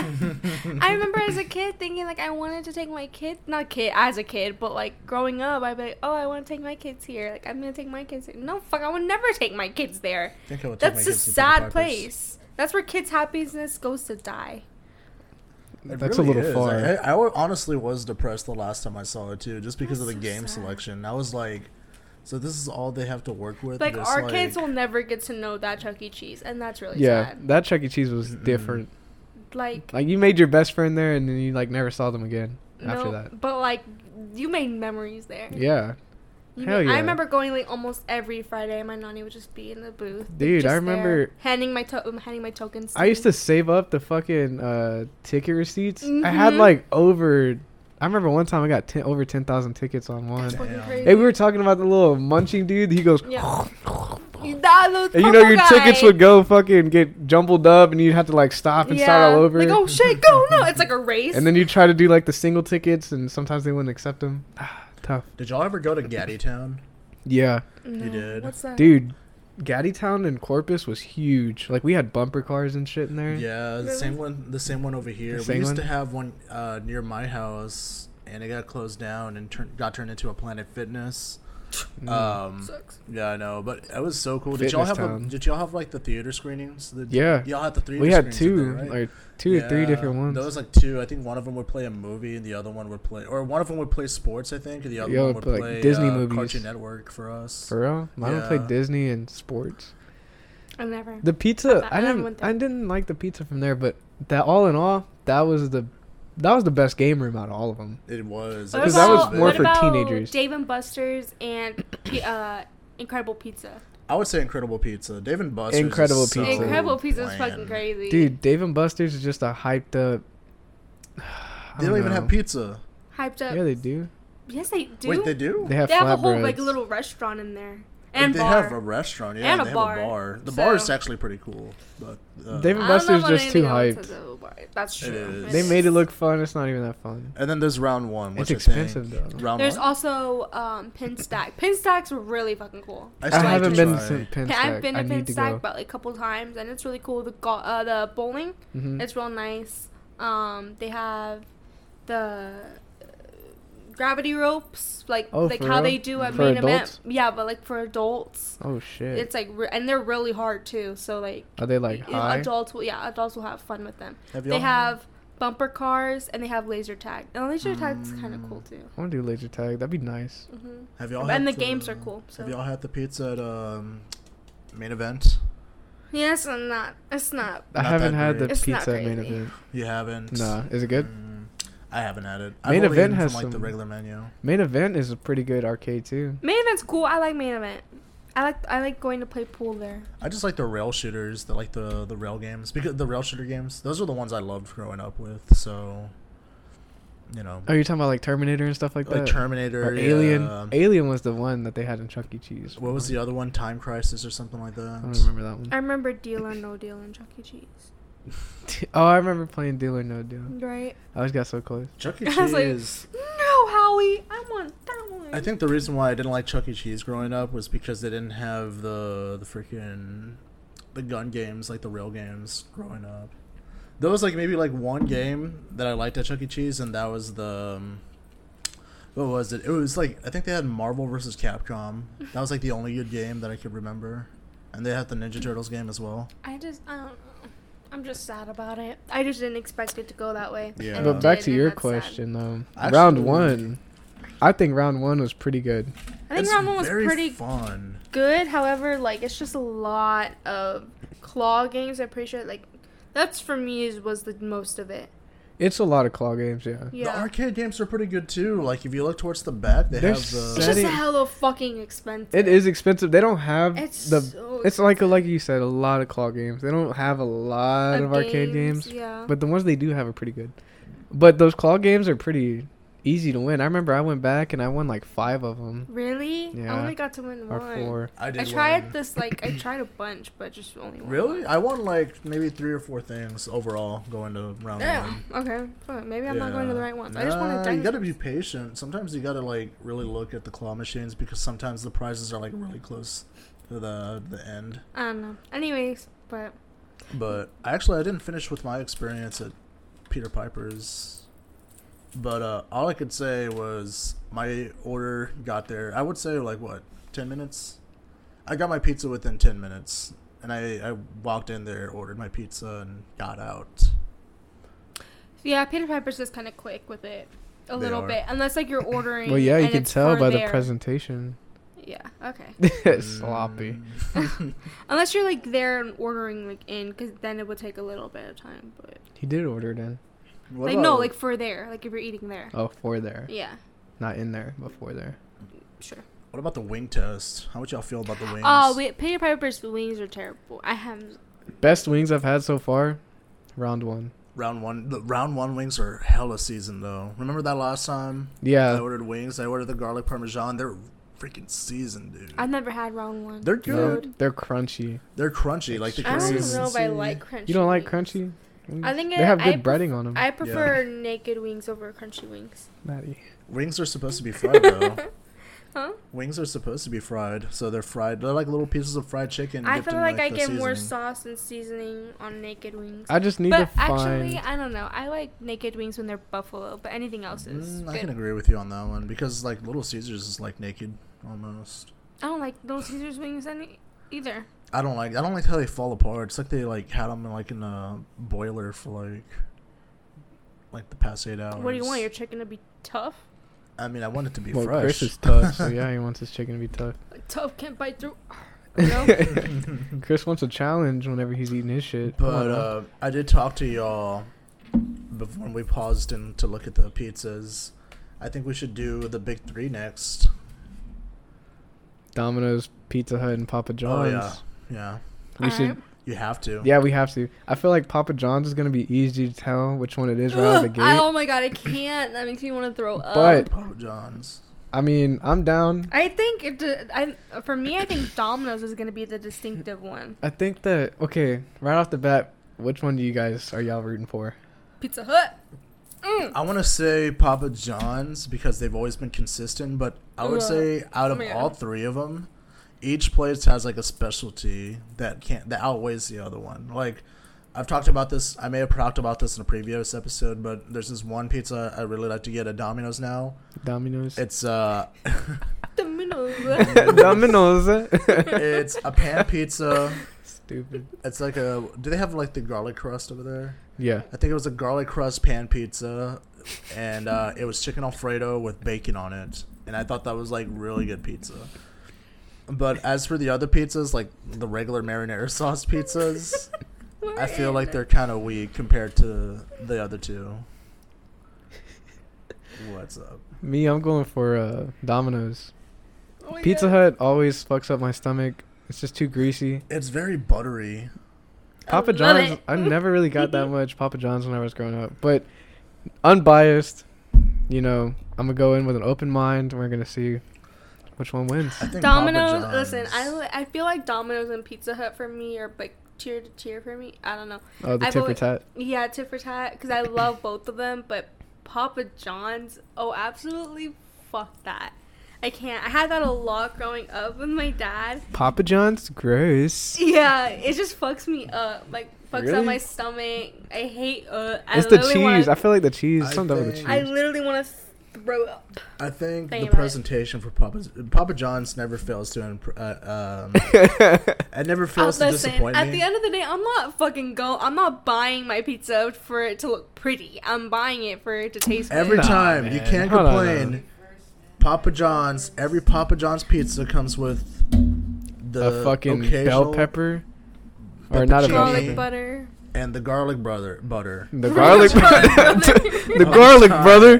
I remember as a kid thinking like I wanted to take my kid, not kid as a kid, but like growing up, I'd be like, oh, I want to take my kids here. Like I'm gonna take my kids. Here. No, fuck, I would never take my kids there. That's a sad place. That's where kids' happiness goes to die. That's a little far. I, I wa- honestly was depressed the last time I saw it too, just because That's of the so game sad. selection. I was like, so this is all they have to work with. Like just, our like- kids will never get to know that Chuck E. Cheese, and that's really yeah, sad. that Chuck E. Cheese was different. Like Like you made your best friend there, and then you like never saw them again after no, that. But like, you made memories there. Yeah, You hell made- yeah. I remember going like almost every Friday. and My nanny would just be in the booth. like, Dude, I just remember- there, handing my to- um, handing my tokens. I used me. to save up the fucking uh, ticket receipts. I had Mhm. like over. I remember one time I got ten, over ten thousand tickets on one. That's fucking Damn. crazy. Hey, we were talking about the little munching dude. He goes, Yeah. that little and you know purple your tickets guy. would go fucking get jumbled up, and you'd have to like stop and start all over. Like oh shit, go no! It's like a race. And then you try to do like the single tickets, and sometimes they wouldn't accept them. Ah, tough. Did y'all ever go to Gaddy Town? Yeah, No, You did. What's that? dude. Gaddytown and Corpus was huge. Like we had bumper cars and shit in there. Yeah, the Really? same one. The same one over here. same we used one? to have one uh, near my house, and it got closed down and turn, got turned into a Planet Fitness. Um, Sucks. yeah, I know, but it was so cool. Did y'all Fitness have? A, Town. did y'all have like the theater screenings? The, Yeah. y'all had the theater. we had screens in two there, right? or two or three Yeah, different ones. There was like two. I think one of them would play a movie, and the other one would play, or one of them would play sports. I think, and the other Yeah, one would but, play, like, Disney uh, movies. Cartoon Network for us. For real, mine would play Yeah. Disney and sports. I never. The pizza, I- I I went didn't, there. I didn't like the pizza from there, but that all in all, that was the, that was the best game room out of all of them. it was What Because that was about- more what for about teenagers. Dave and Buster's and uh, Incredible Pizza. I would say Incredible Pizza. Dave and Buster's. is Incredible so Pizza. Incredible Pizza is fucking bland. crazy. Dude, Dave and Buster's is just a hyped up. I They don't even know. have pizza. Hyped up. Yeah, they do. yes, they do. Wait, they do. They have They have a whole flatbreads. like little restaurant in there Like, and they bar. have a restaurant. Yeah, And a they bar, have a bar. The bar is so- actually pretty cool, but uh, Dave and Buster's just too hyped. That's true. is. They made it look fun. It's not even that fun. and then there's round one. Which It's expensive though. Round There's one. also um, pin stack. Pin stacks were really fucking cool. I, I still have to haven't been try. to Penn Okay, Stack. I've been I to pin need to go. stack but like a couple times, and it's really cool. The go- uh, the bowling, Mhm. it's real nice. Um, they have the uh, gravity ropes, like Oh, like for how real? they do at For main adults? event. Yeah, but like for adults, Oh shit! it's like re- and they're really hard too. So like Are they like y- high? adults will yeah adults will have fun with them. Have they y'all- have bumper cars and they have laser tag. And laser tag's kind Mm. of cool too. I want to do laser tag. That'd be nice. hmm Have y'all And the had um, games are cool. So Have y'all had the pizza at um, main event? yes, I'm not. It's not. I Not haven't that had the great. It's not pizza at main crazy. event. You haven't? Nah, is it good? Mm, I haven't had it. Main I've only Event eaten has from, like the some- regular menu. Main event is a pretty good arcade too. Main event's cool. I like main event. I like I like going to play pool there. I just like the rail shooters, the like the the rail games because the rail shooter games. Those are the ones I loved growing up with. So, you know, Oh, you're talking about like Terminator and stuff like that. like Terminator, Or Alien. yeah. Alien was the one that they had in Chuck E. Cheese. What was the other one? Time Crisis or something like I don't that. remember that one. I remember Deal or No Deal in Chuck E. Cheese. oh, I remember playing Deal or No Deal. Right? I always got so close. Chuck E. I was like- Cheese. No, Howie. I want that one. I think the reason why I didn't like Chuck E. Cheese growing up was because they didn't have the the freaking the gun games like the rail games growing up. There was like maybe like one game that I liked at Chuck E. Cheese, and that was the um, what was it? It was like I think they had Marvel versus Capcom. That was like the only good game that I could remember, and they had the Ninja Turtles game as well. I just I don't know. I'm just sad about it. I just didn't expect it to go that way. Yeah. And it But back did, to and your Um, that's sad. question, though. Actually- round one. I think round one was pretty good. I think It's round one was very pretty fun. good. However, like it's just a lot of claw games. I'm pretty sure like that's for me is was the most of it. It's a lot of claw games, yeah. Yeah. The arcade games are pretty good too. Like if you look towards the back, they They're have the it's just setting- hella fucking expensive. It is expensive. They don't have It's the. so it's like like you said, a lot of claw games. They don't have a lot of, arcade games, Yeah. but the ones they do have are pretty good. But those claw games are pretty easy to win. I remember I went back and I won like five of them really? Yeah. I only got to win or one. four. I, I did tried win. this like I tried a bunch, but just only one. Really? I won like maybe three or four things overall going to round Yeah. one. Okay. Fuck, Maybe I'm not going to the Yeah. right ones. I just want Nah, to die. You gotta be patient. Sometimes you gotta like really look at the claw machines because sometimes the prizes are like really close to the the end. I don't know. Anyways, but But actually, I didn't finish with my experience at Peter Piper's. But uh, all I could say was my order got there. I would say like what ten minutes. I got my pizza within ten minutes, and I I walked in there, ordered my pizza, and got out. yeah, Peter Piper's is kind of quick with it, a They little are. bit, unless like you're ordering. Well, yeah, you and can it's tell for by the there. presentation. Yeah. Okay. Sloppy. Mm. Unless you're like there and ordering like in, because then it would take a little bit of time. But He did order it in. What like no, about- like for there, like if you're eating there. Oh, for there, Yeah. not in there, but for there. Sure. what about the wing test? How would y'all feel about the wings? Oh, wait, Peter Piper's wings are terrible. I have Best wings I've had so far, round one. round one. The round one wings are hella seasoned though. Remember that last time? I Yeah, ordered wings. I ordered the garlic parmesan. They're freaking seasoned, dude. I've never had round one. They're no, good. they're crunchy. They're crunchy. Like the I don't consistency. know if I like crunchy. You don't like wings. crunchy? I think they it- have I good pref- breading on them. I prefer naked wings over crunchy wings. Maddie. Wings are supposed to be fried though. Huh? Wings are supposed to be fried, so they're fried. They're like little pieces of fried chicken. I dipped feel in, like, I the get more seasoning. sauce and seasoning on naked wings. I just need to but find. actually, I don't know. I like naked wings when they're buffalo, but anything else is. Mm, I good. can agree with you on that one because like Little Caesars is like naked almost. I don't like Little Caesars wings any either. I don't like. I don't like how they fall apart. It's like they like had them in, like in a boiler for like like the past eight hours. What do you want? Your chicken to be tough? I mean, I want it to be well, fresh. Chris is tough, so yeah, he wants his chicken to be tough. Like tough can't bite through. You know? Chris wants a challenge whenever he's eating his shit. Come But on, uh, I did talk to y'all before we paused and to look at the pizzas. I think we should do the big three next. Domino's, Pizza Hut, and Papa Oh John's. yeah, yeah. We should. Alright. You have to. Yeah, we have to. I feel like Papa John's is gonna be easy to tell which one it is right out of the Ugh, gate. I, um, oh my god, I can't. That makes me want to throw up. But- Papa John's. I mean, I'm down. I think it. d- I for me, I think Domino's is gonna be the distinctive one. I think that okay, right off the bat, which one do you guys are y'all rooting for? Pizza Hut. Mm. I want to say Papa John's because they've always been consistent, but I would Ugh. say out of Man. all three of them, each place has like a specialty that can't that outweighs the other one. Like I've talked about this, I may have talked about this in a previous episode, but there's this one pizza I really like to get at Domino's now. Domino's. It's uh Domino's. Domino's. it's a pan pizza stupid. It's like a. Do they have like the garlic crust over there? Yeah. I think it was a garlic crust pan pizza, and uh, it was chicken alfredo with bacon on it, and I thought that was like really good pizza. But as for the other pizzas, like the regular marinara sauce pizzas, I feel like they're kind of weak compared to the other two. What's up? Me, I'm going for uh, Domino's. Oh my Pizza God. Hut always fucks up my stomach. It's just too greasy. It's very buttery. I Papa love John's. it. I never really got that much Papa John's when I was growing up, but unbiased, you know, I'm gonna go in with an open mind. and We're gonna see which one wins. I think Papa Domino's. Listen, John's- I, li- I feel like Domino's and Pizza Hut for me are like cheer to cheer for me. I don't know. Oh, the I've tit for always- tat. Yeah, tit for tat because I love both of them, but Papa John's. Oh, absolutely, fuck that. I can't. I had that a lot growing up with my dad. Papa John's gross. Yeah, it just fucks me up. Like fucks up Really? my stomach. I hate. Uh, I It's the literally wanna- cheese. I feel like the cheese. I Something with the think- cheese. I literally want to throw up. I think Think the about it. presentation for Papa Papa John's never fails to imp- uh, um, it never fails to disappoint at me. the end of the day, I'm not fucking go. I'm not buying my pizza for it to look pretty. I'm buying it for it to taste. every good. Nah, time you man. can't Hold on, complain. Papa John's. Every Papa John's pizza comes with the a fucking bell occasional- pepper, the or not a bell garlic cheese. pepper. butter. and the garlic brother butter. The garlic, the Oh, garlic, God. brother.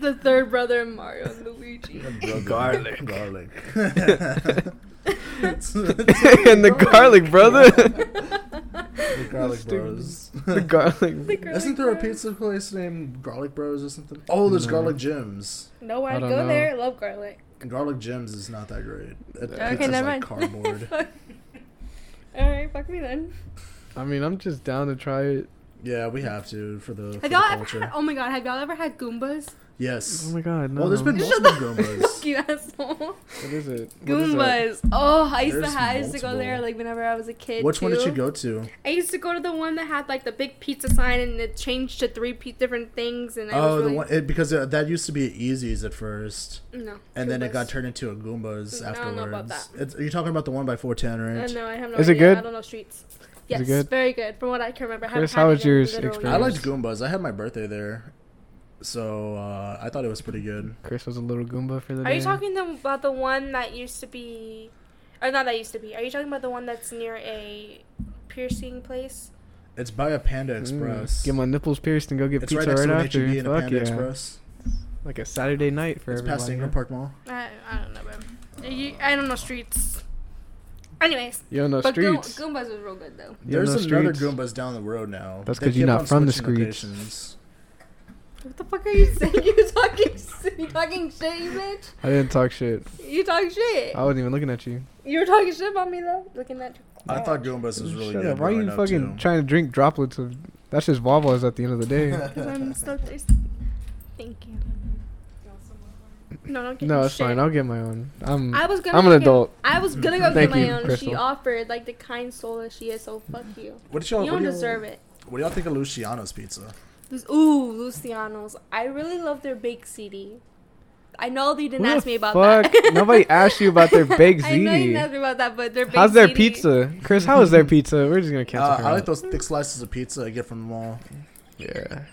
The third brother Mario and Luigi. garlic, garlic. and the garlic, brother. the garlic bros. the garlic. Isn't there a pizza place named Garlic Bros or something? Oh, there's Garlic Gyms. No, I I'd don't go know. there. I love garlic. Garlic Gyms is not that great. It, Okay, pizza's never like mind. cardboard. All right, fuck me then. I mean, I'm just down to try it. yeah, we have to for the, Have for the y'all ever culture. had, oh my god, have y'all ever had Goombas? Yes. Oh my god, no. Well, there's been multiple Goombas. You asshole. What is it? What is that? Goombas. Oh, I used There's to have, I used to go multiple. there like whenever I was a kid. Which one did too. you go to? I used to go to the one that had like the big pizza sign and it changed to three pe- different things. And I Oh, was the really, one it, because uh, that used to be Easy's at first, No. and then it Goombas. got turned into a Goombas I don't afterwards. know about that. It's, are you talking about the one by 410, Uh, right? no, I have no Is it idea. good? I don't know streets. it Yes, good? very good. From what I can remember, I haven't Chris, had how it was in yours literally- experience? I liked Goombas. I had my birthday there, so uh, I thought it was pretty good. Chris was a little Goomba for the day. Are you talking the, about the one that used to be, or not that used to be? Are you talking about the one that's near a piercing place? It's by a Panda Mm, Express. Get my nipples pierced and go get it's right pizza right, next to an after. H-E-B and a Fuck Panda yeah. Express. Like a Saturday night for It's everybody. past Ingram huh? Park Mall. I, I don't know, babe. you, I don't know streets. Anyways, You don't know but Goom- streets. Goombas was real good though. You don't There's know another streets. Goombas down the road now. That's They 'cause you're keep not on from the switching streets. locations. What the fuck are you saying? You talking? You talking shit, you bitch? I didn't talk shit. You talk shit? I wasn't even looking at you. You were talking shit about me though. Looking at you. I thought Goombas was really Shut good. up. Why are you growing up, fucking too. trying to drink droplets of. That's just Wawa's at the end of the day. Because I'm so thirsty. Thank you. No, don't get no, me it's shit. fine. I'll get my own. I'm, I was gonna. I'm an go get- adult. I was gonna go get Thank my you, own. She Crystal. offered like the kind soul that she is. So fuck you. What did y'all? you what don't do y'all- deserve it. What do y'all think of Luciano's pizza? Lu- Ooh, Luciano's. I really love their baked ziti. I know they didn't Who the ask me about fuck? that. Nobody asked you about their baked I know you ziti. didn't ask me about that, but their baked How's their ziti- pizza? Chris, how is their pizza? We're just gonna cancel Uh, her I like out. those thick slices of pizza I get from the mall. Yeah.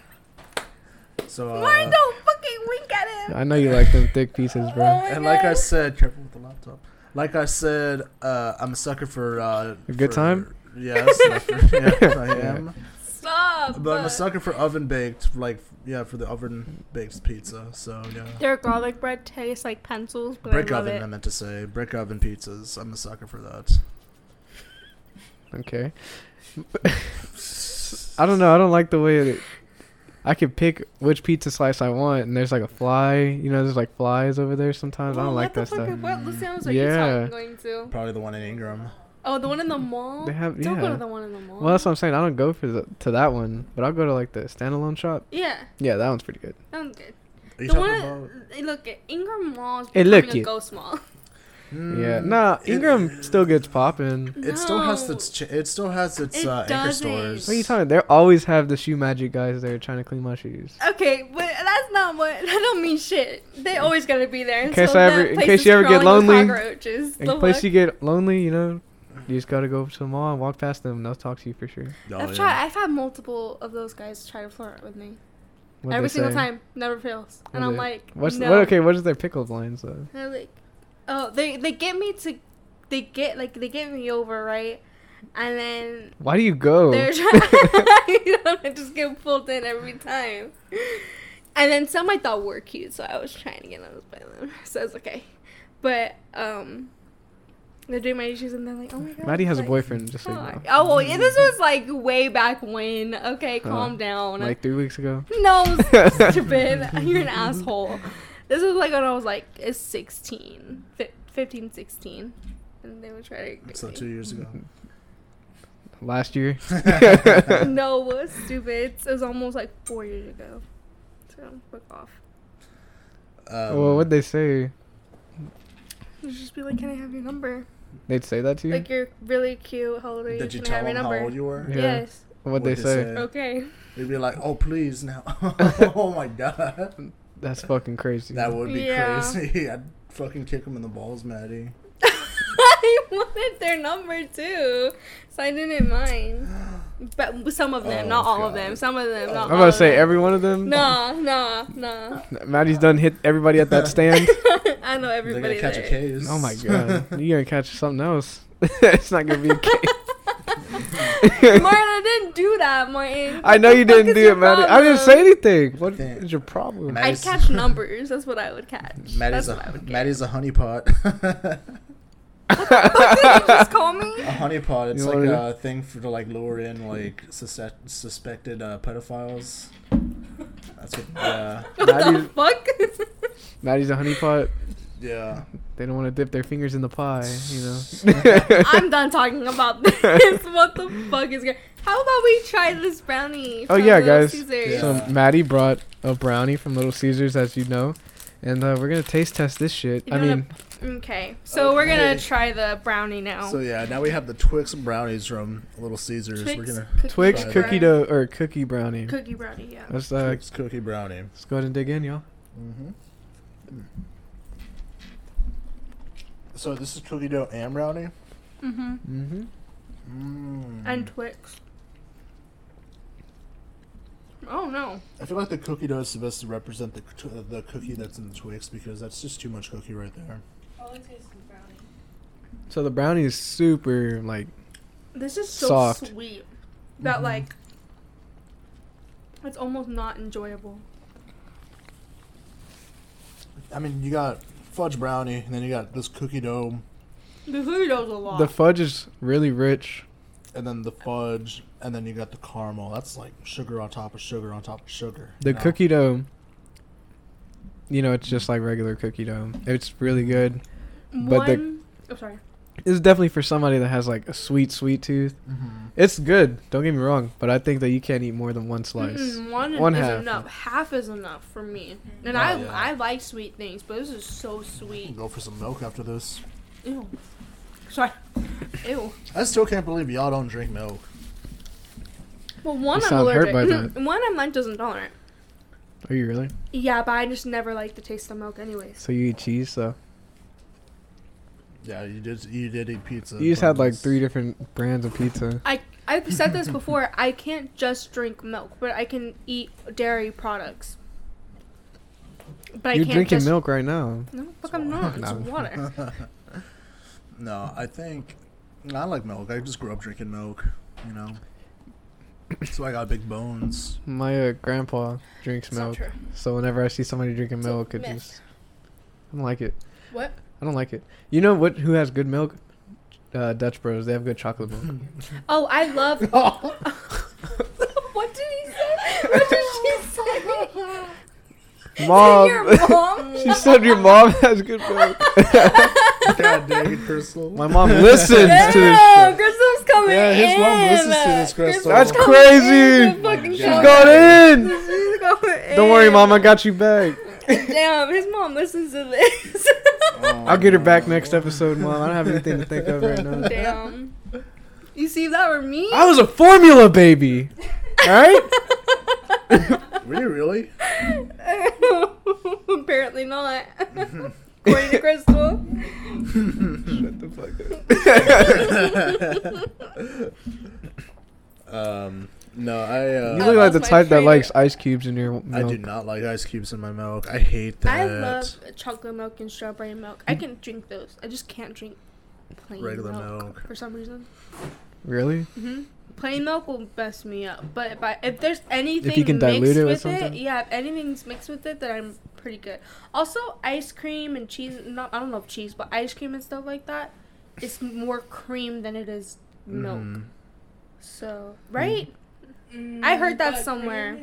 So uh, Why don't fucking wink at him? I know you like them thick pieces, bro. And like I said, careful with the laptop. Like I said, uh, I'm a sucker for uh, A good for- time? Yes, I- yes, I am. Stop. But I'm a sucker for oven baked, like yeah, for the oven baked pizza. So yeah, Their garlic bread tastes like pencils, but brick I love oven. I it. meant to say brick oven pizzas. I'm a sucker for that. Okay. I don't know. I don't like the way that I could pick which pizza slice I want, and there's like a fly. You know, there's like flies over there sometimes. I Well, don't like what that the fuck stuff. are- What Luciano's are Yeah. you talking, going to? Probably the one in Ingram. Oh, the one in the mall. They have Don't go yeah. to the one in the mall. Well, that's what I'm saying. I don't go for the, to that one, but I'll go to like the standalone shop. yeah, Yeah, that one's pretty good. sounds good. Are the you talking one, about? eh, look, eh, Ingram Mall is Hey, becoming look a it. ghost mall. Yeah. Mm, Nah, it- Ingram still gets popping. It still has No. its. Ch- it still has its It uh, anchor doesn't. stores. What are you talking? They always have the shoe magic guys there trying to clean my shoes. Okay, but that's not what. That don't mean shit. They always gotta be there. case so I that ever- in place case is you ever get crawling with lonely, cockroaches. In The place fuck? you get lonely, you know, You just gotta go to the mall and walk past them. and They'll talk to you for sure. Oh, I've yeah. tried. I've had multiple of those guys try to flirt with me. What'd Every they single say? time, never fails. And What'd I'm they- like, what's no. what? Okay, what is their pickup lines though? And I'm like, oh, they they get me to, they get like they get me over right, and then Why do you go? They're trying. you know, I just get pulled in every time. And then some I thought were cute, so I was trying to get noticed by them. So it's okay. But um, they're doing my issues, and they're like, "Oh my god." Maddie has a like, boyfriend. Just so Oh, you know. I- oh, well, yeah, this was like way back when. Okay, Huh. calm down. like three weeks ago. no, stupid. You're an asshole. This was like when I was like 16, fif- 15, 16. And they would try to. get So me. uh, two years ago. Last year. no, it was stupid. It was almost like four years ago. So fuck off. Um, well, what'd they say? You should just be like, can I have your number? They'd say that to you. Like you're really cute. How old are you? did you can I tell have your them how number? Oh. old you were? Yeah. Yes. what'd they What'd they say? say? Okay. They'd be like, "Oh, please, now." oh my god, That's fucking crazy. that would be Yeah. crazy. I'd fucking kick him in the balls, Maddie. I wanted their number too, so I didn't mind. But some of them, Oh, not all of God. them. Some of them, not I'm all about to of say them. every one of them. Nah, nah, nah. Maddie's done hit everybody at that stand. I know They're gonna everybody. catch a there. case. oh my god, you're gonna catch something else. it's not gonna be a case. Martin, I didn't do that, Martin. I know you What the fuck didn't is do your it, Maddie. I didn't say problem? anything. What is Damn. your problem? Maddie- I'd Nice. catch numbers. That's what I would catch. Maddie's That's what I a would get. Maddie's a honeypot. What did you just call me? a honeypot. It's You like wanna- a thing for to like lure in like susce- suspected uh, pedophiles. That's what. Uh, What Maddie- the fuck? Maddie's a honeypot. yeah. They don't want to dip their fingers in the pie, you know. I'm done talking about this. What the fuck is going? How about we try this brownie? Oh, from yeah, Little guys. Caesars? Yeah. So Maddie brought a brownie from Little Caesars, as you know, and uh, we're gonna taste test this shit. You I wanna- mean, Okay, so we're gonna Okay. try the brownie now. So yeah, now we have the Twix brownies from Little Caesars. We're Twix, gonna cookie Twix Brownie. cookie dough or cookie brownie. Cookie brownie, yeah. Let's uh, Twix cookie brownie. let's go ahead and dig in, y'all. Mm-hmm. So this is cookie dough and brownie. Mm-hmm. Mm-hmm. Mm. And Twix. Oh no. I feel like the cookie dough is supposed to represent the c- t- the cookie that's in the Twix because that's just too much cookie right there. All it tastes is brownie. So the brownie is super like This is so Soft. Mm-hmm. sweet that like it's almost not enjoyable. I mean, you got fudge brownie, and then you got this cookie dough, The cookie dough's a lot. the fudge is really rich. and then the fudge, and then you got the caramel. That's like sugar on top of sugar on top of sugar. The you know? cookie dough, you know, it's just like regular cookie dough. It's really good. but the- One. Oh, sorry. It's definitely for somebody that has like a sweet sweet tooth. Mhm. It's good. Don't get me wrong, but I think that you can't eat more than one slice. Mm-mm, one, One is half. enough. Half is enough for me. And Oh, I yeah. I like sweet things, but this is so You can sweet. Go for some milk after this. Ew. Sorry. Ew. I still can't believe y'all don't drink milk. Well, one You I'm sound hurt allergic. by one I'm lactose intolerant. Are you really? Yeah, but I just never like the taste of milk, anyways. So you eat cheese, so Yeah, you did. You did eat pizza. you just but had like it's- three different brands of pizza. I I've said this before. I can't just drink milk, but I can eat dairy products. But I You're can't drinking just, milk right now. No, fuck, I'm not. It's No. water. No, I think no, I like milk. I just grew up drinking milk, you know. That's why I got big bones. My uh, grandpa drinks It's not milk, true. so whenever I see somebody drinking a milk, it myth. just I don't like it. What? I don't like it. You know what? Who has good milk? Uh, Dutch Bros. They have good chocolate milk. Oh, I love. what did he say? What did she say? mom, Your mom? she said your mom has good milk. God dang it, Crystal. My mom listens to this. Damn, Shit. Crystal's coming Yeah, his in. mom listens to this, Crystal. That's coming crazy. in to fucking She's show. She's going in. She's going Don't worry, in. mom. I got you back. Damn, his mom listens to this. I'll get her back next episode, mom. I don't have anything to think of right now. Damn. You see, if that were me. Ah, I was a formula baby. All right. Were you really? Apparently not. According to Crystal. Shut the fuck up. um, no, I. you Uh, look like the my type that favorite. likes ice cubes in your milk. I do not like ice cubes in my milk. I hate that. Mm. I love chocolate milk and strawberry milk. I can drink those. I just can't drink plain Regular milk, milk. for some reason. Really? hmm Plain milk will mess me up, but if, I, if there's anything can mixed dilute it with with, it, something? yeah, if anything's mixed with it, then I'm pretty good. Also, ice cream and cheese. Not I don't know if cheese, but ice cream and stuff like that. It's more cream than it is milk. Mhm. So right? I heard that somewhere.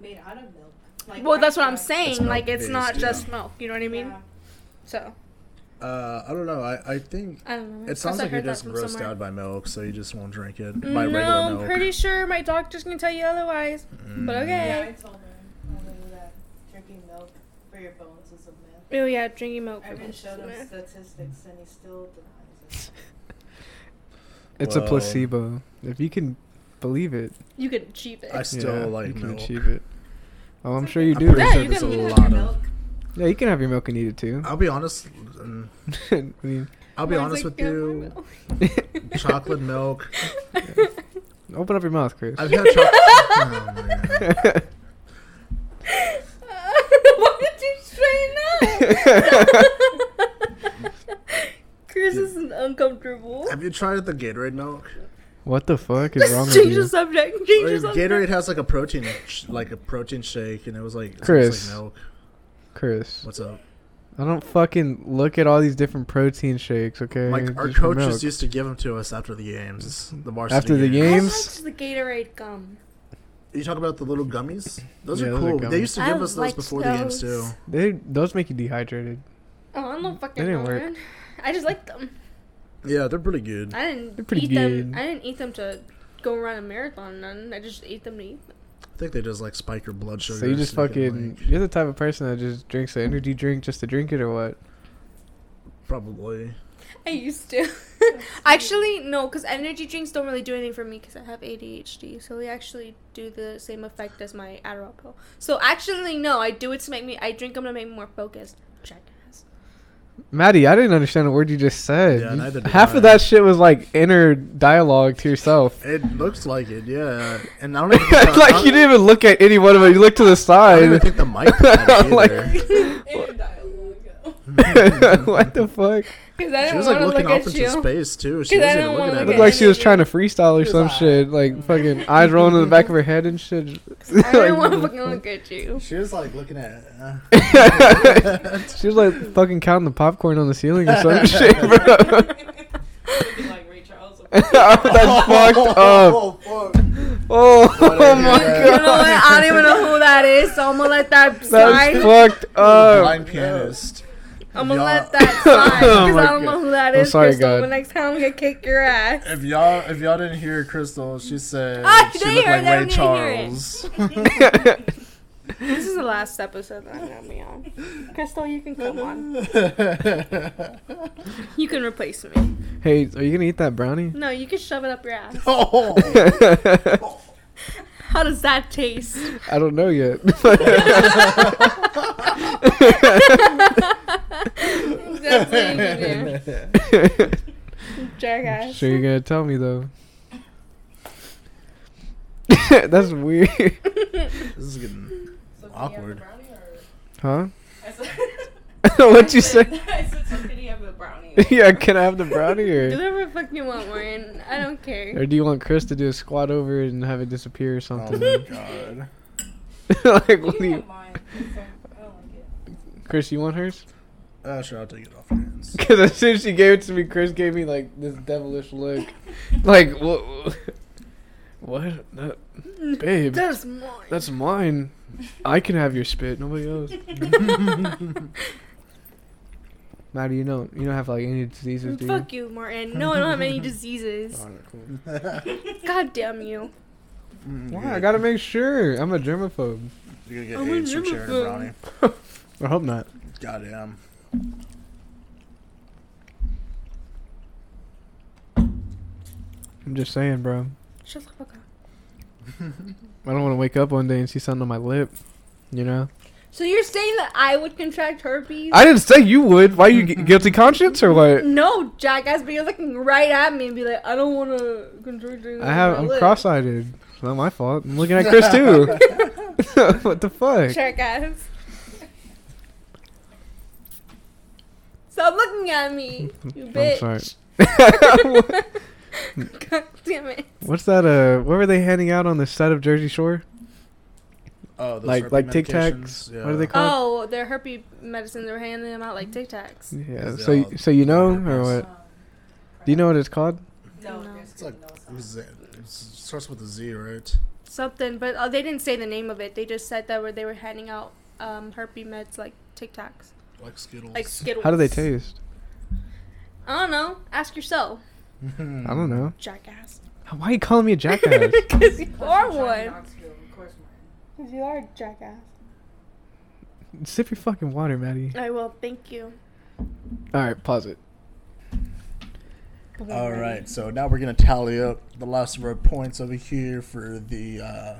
made out of milk. Like, well, that's what I'm rice saying. It's like it's not milk-based, just yeah. milk. You know what I milk. mean? Yeah. So Uh, I don't know. I, I think I don't know. it Plus, sounds I like you're heard that just from grossed somewhere. out by milk, so you just won't drink it. By no, regular I'm milk. Mm. pretty sure my doctor's gonna tell you otherwise. But Yeah, I okay. told him. I knew that drinking milk for your bones is a myth. Oh yeah, drinking milk. I've been is showed him meh. statistics and he still denies It's a Well- placebo. If you can believe it, You can achieve it. I still yeah, like you can milk. achieve it. Oh, I'm It's sure okay. you I'm do. pretty Yeah, sure you there's a can- you lot can- it. of. Milk. Yeah, you can have your milk and eat it too. I'll be honest. mm, I mean, I'll be Mine's honest like, with "Yeah, you. my milk." Chocolate milk. open up your mouth, Chris. I've had chocolate. oh, man. Why did you straighten up? Chris is uncomfortable. Have you tried the Gatorade milk? what the fuck is wrong with Change the you? subject. Change the Like, subject. Gatorade has like a protein, sh- like a protein shake, and it was like it was Chris. like milk. Chris, What's up? I don't fucking look at all these different protein shakes, okay? Like our Just for coaches milk. used to give them to us after the games, the varsity After the games. I Games? liked the Gatorade gum. You talk about the little gummies. Those Yeah, are those are cool. gummies. they used to give I us those liked before the games too. those. They those make you dehydrated. Oh, I don't fucking They know, didn't work. man. I just liked them. Yeah, they're pretty good. I didn't They're pretty eat them. good. I didn't eat them to go run a marathon. None. I just ate them to eat. Them. I think they just like spike your blood sugar. So you just you can, fucking like- you're the type of person that just drinks an energy drink just to drink it or what? probably. I used to. actually, no, because energy drinks don't really do anything for me because I have ADHD. So they actually do the same effect as my Adderall pill. So actually, no, I do it to make me. I drink them to make me more focused. Jackass. Maddie, I didn't understand a word you just said. Yeah, You- neither did half I. of that shit was like inner dialogue to yourself. It looks like it, yeah. And I don't even think, I like don't- you didn't even look at any one of them. You looked to the I don't even side. think the mic had it Like- either. it. In dialogue. what the fuck? Because I She didn't was want like to looking look off at into you. space too. She 'Cause I wasn't don't wanna even looking at It look looked it. at like she was energy. trying to freestyle or some shit. Like fucking eyes rolling in the back of her head and shit. I didn't want to Like, fucking look at you. She was like looking at. Uh, she was like fucking counting the popcorn on the ceiling or some shit, bro. Looking like Ray Charles. That's fucked up. uh, fuck. Oh, Whatever. my You know god. what? I don't even know who that is. So I'm gonna let that slide. That's fucked up. Blind pianist. I'm gonna Y'all- let that slide Oh because my I don't God. know who that I'm is. sorry, Crystal, God. But next time I'm gonna kick your ass. If y'all if y'all didn't hear Crystal, she said Ah, she they looked heard like it, Ray I didn't hear it. Charles. This is the last episode that I'm gonna be on. Crystal, you can come on. You can replace me. hey, are you gonna eat that brownie? No, you can shove it up your ass. oh, I How does that taste? don't know yet. That's what you can do. Jackass. sure, you're gonna tell me though. That's weird, this is getting. So can Awkward. You have a brownie or? huh? I said, What'd I you said- say? I said, so can you have a brownie? yeah, can I have the brownie Do or, whatever the fuck you want, Warren. I don't care. or do you want Chris to do a squat over and have it disappear or Oh something? my god. like, You what do can you, have mine. It's like, I don't like it. Chris? You want hers? Uh, sure, I'll take it off your hands. Because as soon as she gave it to me, Chris gave me like this devilish look, like what? What? That, babe, That's more. that's mine. I can have your spit. Nobody else. Maddie, you don't you don't have like any diseases, do you? Fuck you, Martin. No, I don't have any diseases. God damn you. Why? I gotta make sure. I'm a germaphobe. You're gonna I'm get a AIDS from sharing a germaphobe. brownie. I hope not. Goddamn. I'm just saying, bro. Shut the fuck up. I don't want to wake up one day and see something on my lip. You know? So you're saying that I would contract herpes? I didn't say you would. Why you gu- guilty conscience or what? no, jackass, but you're looking right at me and be like, I don't want to contract it I have. on my I'm lip." cross-eyed. It's not my fault. I'm looking at Chris too. what the fuck? Jackass. Stop looking at me, you bitch. I'm sorry. God damn it. What's that? Uh, what were they handing out on the side of Jersey Shore? Oh, those Like- herpes like Tic medications, Tacs? Yeah. What are they called? Oh, their herpes medicine, they're handing them out like Tic Tacs. Yeah. Is it So all y- so you know or herpes? what? Do you know what it's called? No, No. there's It's like no it song. was- it starts with a Z, right? Something, but uh, they didn't say the name of it. They just said that where they were handing out um, herpes meds like Tic Tacs. Like Skittles. Like Skittles. How do they taste? I don't know. Ask yourself, I don't know. jackass. Why are you calling me a jackass? Because you are Of course I'm trying one. not to, of course, Martin. Because you are a jackass. Sip your fucking water, Maddie. I will. Thank you. All right, pause it. All right, so now we're gonna tally up the last of our points over here for the uh,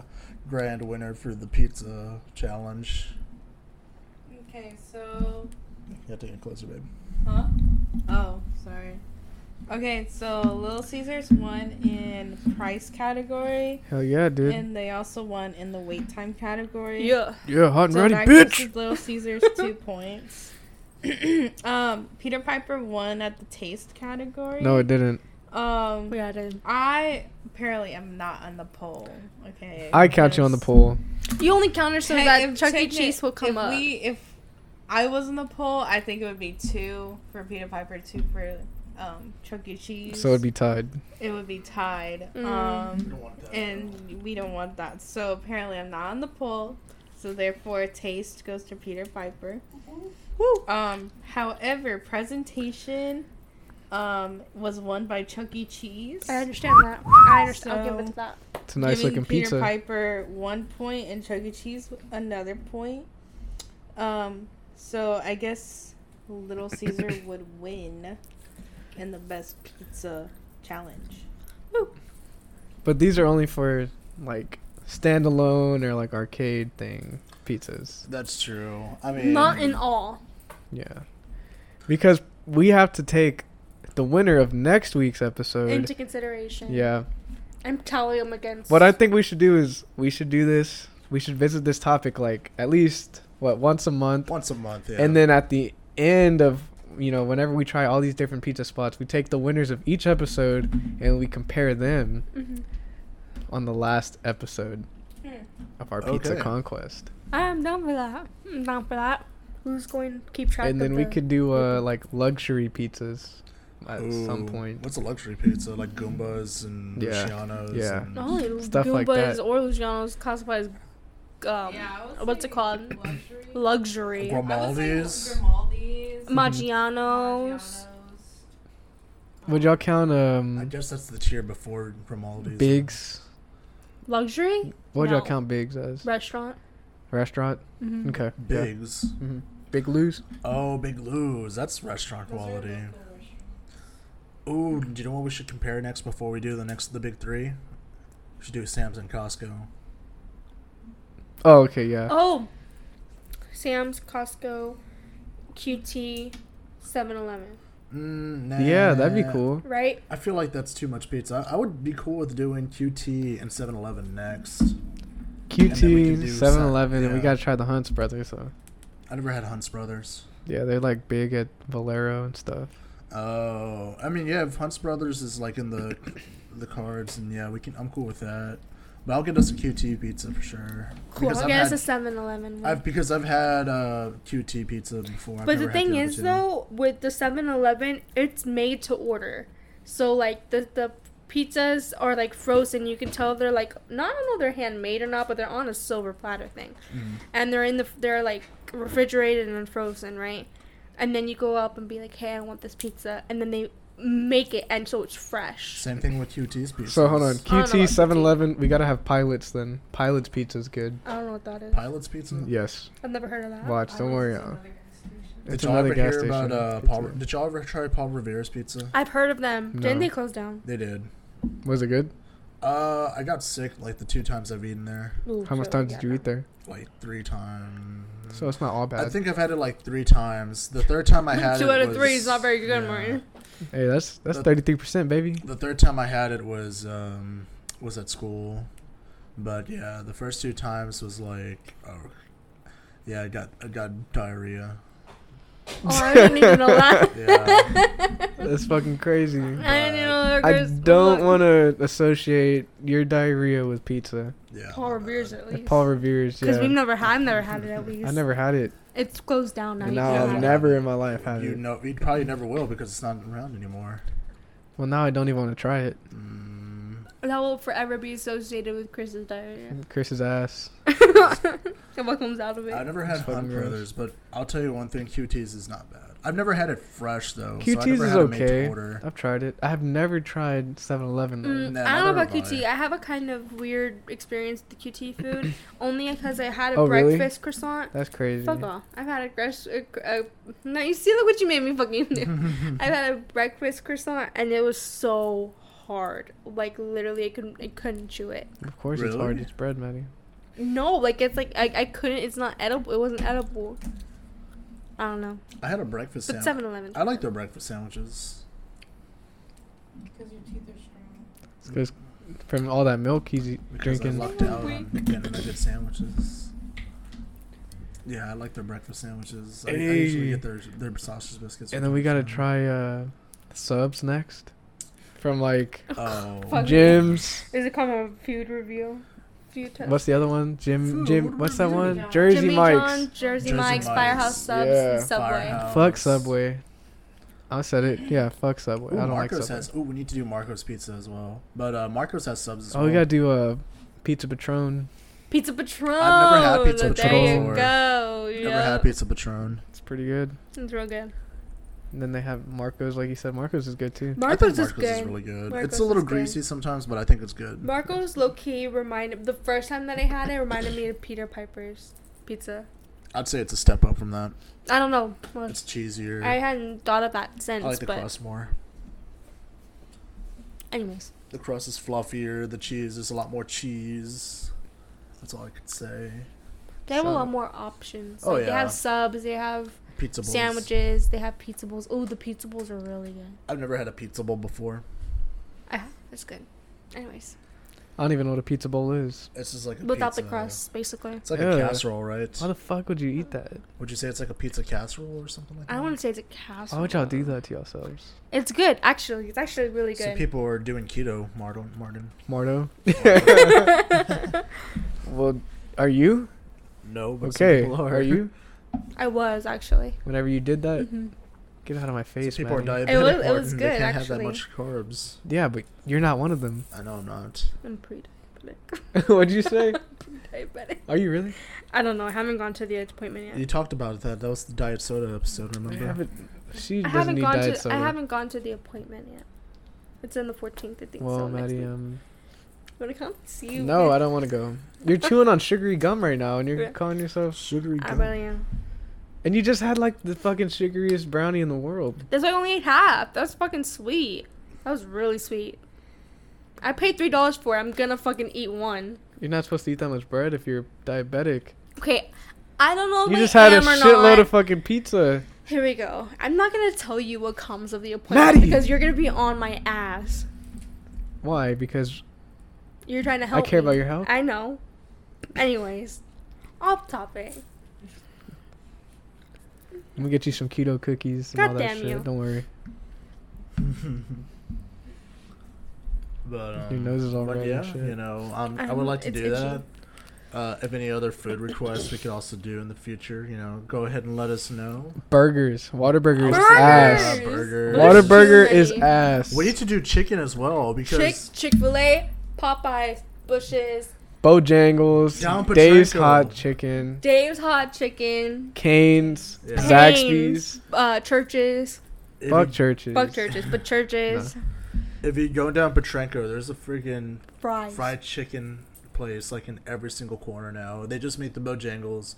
grand winner for the pizza challenge. Okay, so You gotta take it closer, babe. Huh? Oh, sorry. Okay, so Little Caesars won in price category, Hell yeah, dude. and they also won in the wait time category. Yeah. yeah, hot and So ready, that gives bitch. Little Caesars two points. um, Peter Piper won at the taste category. No, it didn't. Um, We added. I apparently am not on the poll. Okay. I count you on the because- poll. You only counter so Te- that if Chuck E. techni- Cheese will come if up. We, if I was in the poll, I think it would be two for Peter Piper, two for um, Chuck E. Cheese. So it'd be tied. it would be tied. Mm. Um, want that. and we don't want that. So apparently, I'm not on the poll. So therefore, taste goes to Peter Piper. Woo. Um, however, presentation um, was won by Chuck E. Cheese. I understand that. I understand. I'll give So- it to that. It's a nice giving looking Peter pizza. Piper one point and Chuck E. Cheese another point. Um, so I guess Little Caesar would win in the best pizza challenge. But these are only for like standalone or like arcade thing pizzas. That's true. I mean, Not in all. Yeah. Because we have to take the winner of next week's episode. Into consideration. Yeah. I'm telling them against. What I think we should do is we should do this. We should visit this topic like at least what once a month. once a month. Yeah. And then at the end of you know, whenever we try all these different pizza spots, we take the winners of each episode and we compare them Mhm. on the last episode Hmm. of our pizza Okay. conquest. I'm down for that. I'm down for that. Who's going to keep track and of then we the- could do uh like luxury pizzas at some Ooh, point. What's a luxury pizza like Goombas and Yeah, Lucianos? yeah. and- Only Stuff like Goombas that. or Lucianos classified as um, what's it called? Luxury. Gourmet. Grimaldi's. Maggiano's. Would y'all count I um guess that's the tier before Grimaldi's. Bigs? Luxury? What would y'all No. count Bigs as? Restaurant. Restaurant? Okay. yeah. Bigs. Big Lou's? Oh, Big Lou's. That's restaurant quality. Ooh, do you know what we should compare next before we do the next the big three? We should do Sam's and Costco. Oh, okay, yeah. Oh, Sam's, Costco, QT, 7-Eleven. Mm, nah. yeah, that'd be cool. Right? I feel like that's too much pizza. I, I would be cool with doing QT and 7-Eleven next. then we can QT, do 7-Eleven, and we yeah. gotta try the Hunts brothers. So I never had Hunt's Brothers. yeah, they're like big at Valero and stuff. Oh, I mean, yeah, if Hunt's Brothers is like in the the cards, and yeah, we can. I'm cool with that. But I'll get us a QT pizza for sure. Cool. Because I've, Yeah, it's had, a 7-Eleven. one. I've because I've had uh, QT pizza before. I've But the never had thing other is, two. though, with the 7-Eleven, it's made to order. So like the the pizzas are like frozen. You can tell they're like not I don't know if they're handmade or not, but they're on a silver platter thing, and they're in the they're like refrigerated and frozen, right? And then you go up and be like, hey, I want this pizza, and then they make it, and so it's fresh. same thing with QT's pizza. So hold on, know about QT, QT. 7-Eleven, we gotta have Pilots then. Pilots pizza's good. I don't know what that is. Pilot's pizza. Yes, I've never heard of that. watch. Don't worry. uh, Did It's y'all another ever gas hear station. about uh, Pizza. Paul? Did y'all ever try Paul Revere's pizza? I've heard of them. No. Didn't they close down? They did. Was it good? Uh, I got sick like the two times I've eaten there, How much time did you eat there? like three times. So it's not all bad. I think I've had it like three times. The third time I had Two it out of was- three is not very good, yeah. Martin. hey, that's that's But- thirty three percent, baby. The third time I had it was um was at school, but yeah, the first two times was like oh, yeah, I got I got diarrhea. Oh, I didn't even know that. Yeah, That's fucking crazy. I didn't even know that. I Chris. don't Look. want to associate your diarrhea with pizza. yeah. Paul Revere's at If least. Paul Revere's, Because yeah. we've never had, I've never had it at least. I never had it, It's closed down now. and you now can't I've have it. never in my life had You it. know, you probably never will because it's not around anymore. Well, now I don't even want to try it. Mm, That will forever be associated with Chris's diarrhea. Chris's ass. and what comes out of I it. never had It's fucking Hunt gross. Brothers, but I'll tell you one thing: QT's is not bad. I've never had it fresh though. so I QT's never is had it made to okay. order. I've tried it. I have never tried 7-Eleven though. Mm, Nah, I don't know neither about have I. QT. I have a kind of weird experience with the QT food, only because I had a Oh, really? breakfast croissant. That's crazy. Fuck off! I've had a breakfast. Uh, no, you see, look what you made me fucking do. I've had a breakfast croissant, and it was so hard. Like literally, I couldn't, I couldn't chew it. Of course, it's Really? hard. It's bread, Maddie. No, like it's like I, I couldn't. It's not edible. It wasn't edible. I don't know. I had a breakfast But sandwich. 7-Eleven. I like their breakfast sandwiches. Because your teeth are strong. It's 'cause from all that milk he's e- Mm. Because drinking. I lucked out on getting the good sandwiches. Yeah, I like their breakfast sandwiches. I, I usually Hey. get their their sausage biscuits. And then we gotta try uh, subs next, from like Oh, Fuck. Jim's. Is it called a food review? Food test? What's the other one? Jim. Food Jim. What's that review. one? Jersey Jimmy Mike's. John, Jersey, Jersey Mike's, Mike's. Firehouse Subs, Yeah. and Subway. Firehouse. Fuck Subway. I said it. Yeah. Fuck Subway. Ooh, I don't Marcos like Subway. has. Oh, we need to do Marcos pizza as well. But uh, Marcos has subs. As oh, well. we gotta do a uh, pizza patron. Pizza Patron. I've never had Pizza there Patron you before. go. Never yeah. had pizza patron. It's pretty good. It's real good. And then they have Marcos, like you said. Marcos is good too. I Marco's think is Marcos good. is really good. Marcos it's a little is good. greasy sometimes, but I think it's good. Marco's low key reminded the first time that I had it reminded me of Peter Piper's pizza. I'd say it's a step up from that. I don't know. Well, It's cheesier. I I, hadn't thought of that since, like the but crust more. anyways, The crust is fluffier. The cheese is a lot more cheese. That's all I could say. they have a So- lot more options. Oh, Like, They yeah. have subs. They have Pizza bowls. sandwiches. They have pizza bowls. Oh, the pizza bowls are really good. I've never had a pizza bowl before. I have. It's good. Anyways, I don't even know what a pizza bowl is. It's just like a without the pizza- crust, basically. It's like Ew. a casserole, right? Why the fuck would you eat that? Would you say it's like a pizza casserole or something like that? I don't want to say it's a casserole. Why would y'all do that to yourselves, It's good, actually. It's actually really So good. people are doing keto, Martin. Martin. Mardo? well, are you No, but some okay? people Are. are. you? I was actually. Whenever you did that, Mm-hmm. get out of my Some face, people are man. diabetic. It was- it was Martin. They good, can't have actually. that much carbs. yeah, but you're not one of them. I know I'm not. I'm pre-diabetic. What'd you say? diabetic. Are you really? I don't know. I haven't gone to the appointment yet. You talked about that. That was the diet soda episode. I Remember? haven't. She I doesn't haven't need gone diet to. soda. I haven't gone to the appointment yet. It's on the 14th, I think. well, so next Maddie, week. um, You wanna come? See you. no, I don't want to go. You're chewing on sugary gum right now, and you're Yeah. calling yourself. Sugary I gum. really am. And you just had like the fucking sugariest brownie in the world. That's why I only ate half. That was fucking sweet. That was really sweet. I paid three dollars for it. I'm gonna fucking eat one. You're not supposed to eat that much bread if you're diabetic. Okay, I don't know. you if just I had a am or not. shitload of fucking pizza. Here we go. I'm not gonna tell you what comes of the appointment Maddie! because you're gonna be on my ass. Why? Because You're trying to help. I care me. about your health. I know. Anyways, off topic. I'm gonna get you some keto cookies and God all that damn shit. you. Don't worry. But um, Your nose is all but red yeah, and shit. you know, um, I Um, would like to it's do itchy. that. Uh, if any other food requests we could also do in the future, you know, go ahead and let us know. Uh, Burgers. Waterburger is Burgers. ass. Burgers. What is Waterburger you, is Maddie? ass. We need to do chicken as well because Chick Chick Fil A, Popeyes, Bushes, Bojangles, Don Dave's Patrico. Hot Chicken, Dave's Hot Chicken, Canes, Yeah. Zaxby's, uh, churches, if, Buck you, Churches. fuck churches, but churches, if you go down Petrenko, there's a freaking fries. fried chicken place like in every single corner now. They just make the Bojangles.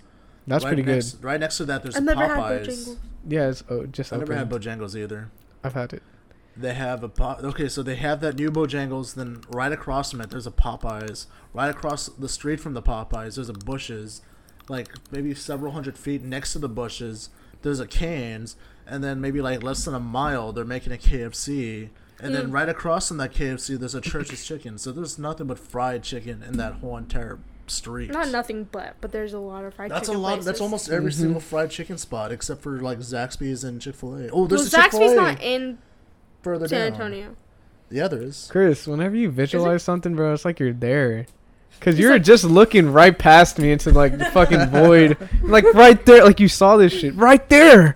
That's right pretty good. next, good. Right next to that, there's I've a never had Popeyes. Bojangles. Yeah, it's oh, just I never had opened. Bojangles either. I've had it. They have a pop. Okay, so they have that new Bojangles. Then right across from it, there's a Popeyes. Right across the street from the Popeyes, there's a Bushes. Like maybe several hundred feet next to the Bushes, there's a Canes, and then maybe like less than a mile, they're making a KFC. And Mm. then right across from that KFC, there's a Church's Chicken. So there's nothing but fried chicken in that whole entire street. Not nothing but, but there's a lot of fried That's a chicken lot. That's places. almost every single fried chicken spot except for like Zaxby's and Chick Fil A. Oh, Well, there's a Chick Zaxby's Fil not A in further San down. Antonio. The others. Chris, whenever you visualize something, bro, it's like you're there. Cause you were just looking right past me into like the fucking void, like right there, like you saw this shit right there.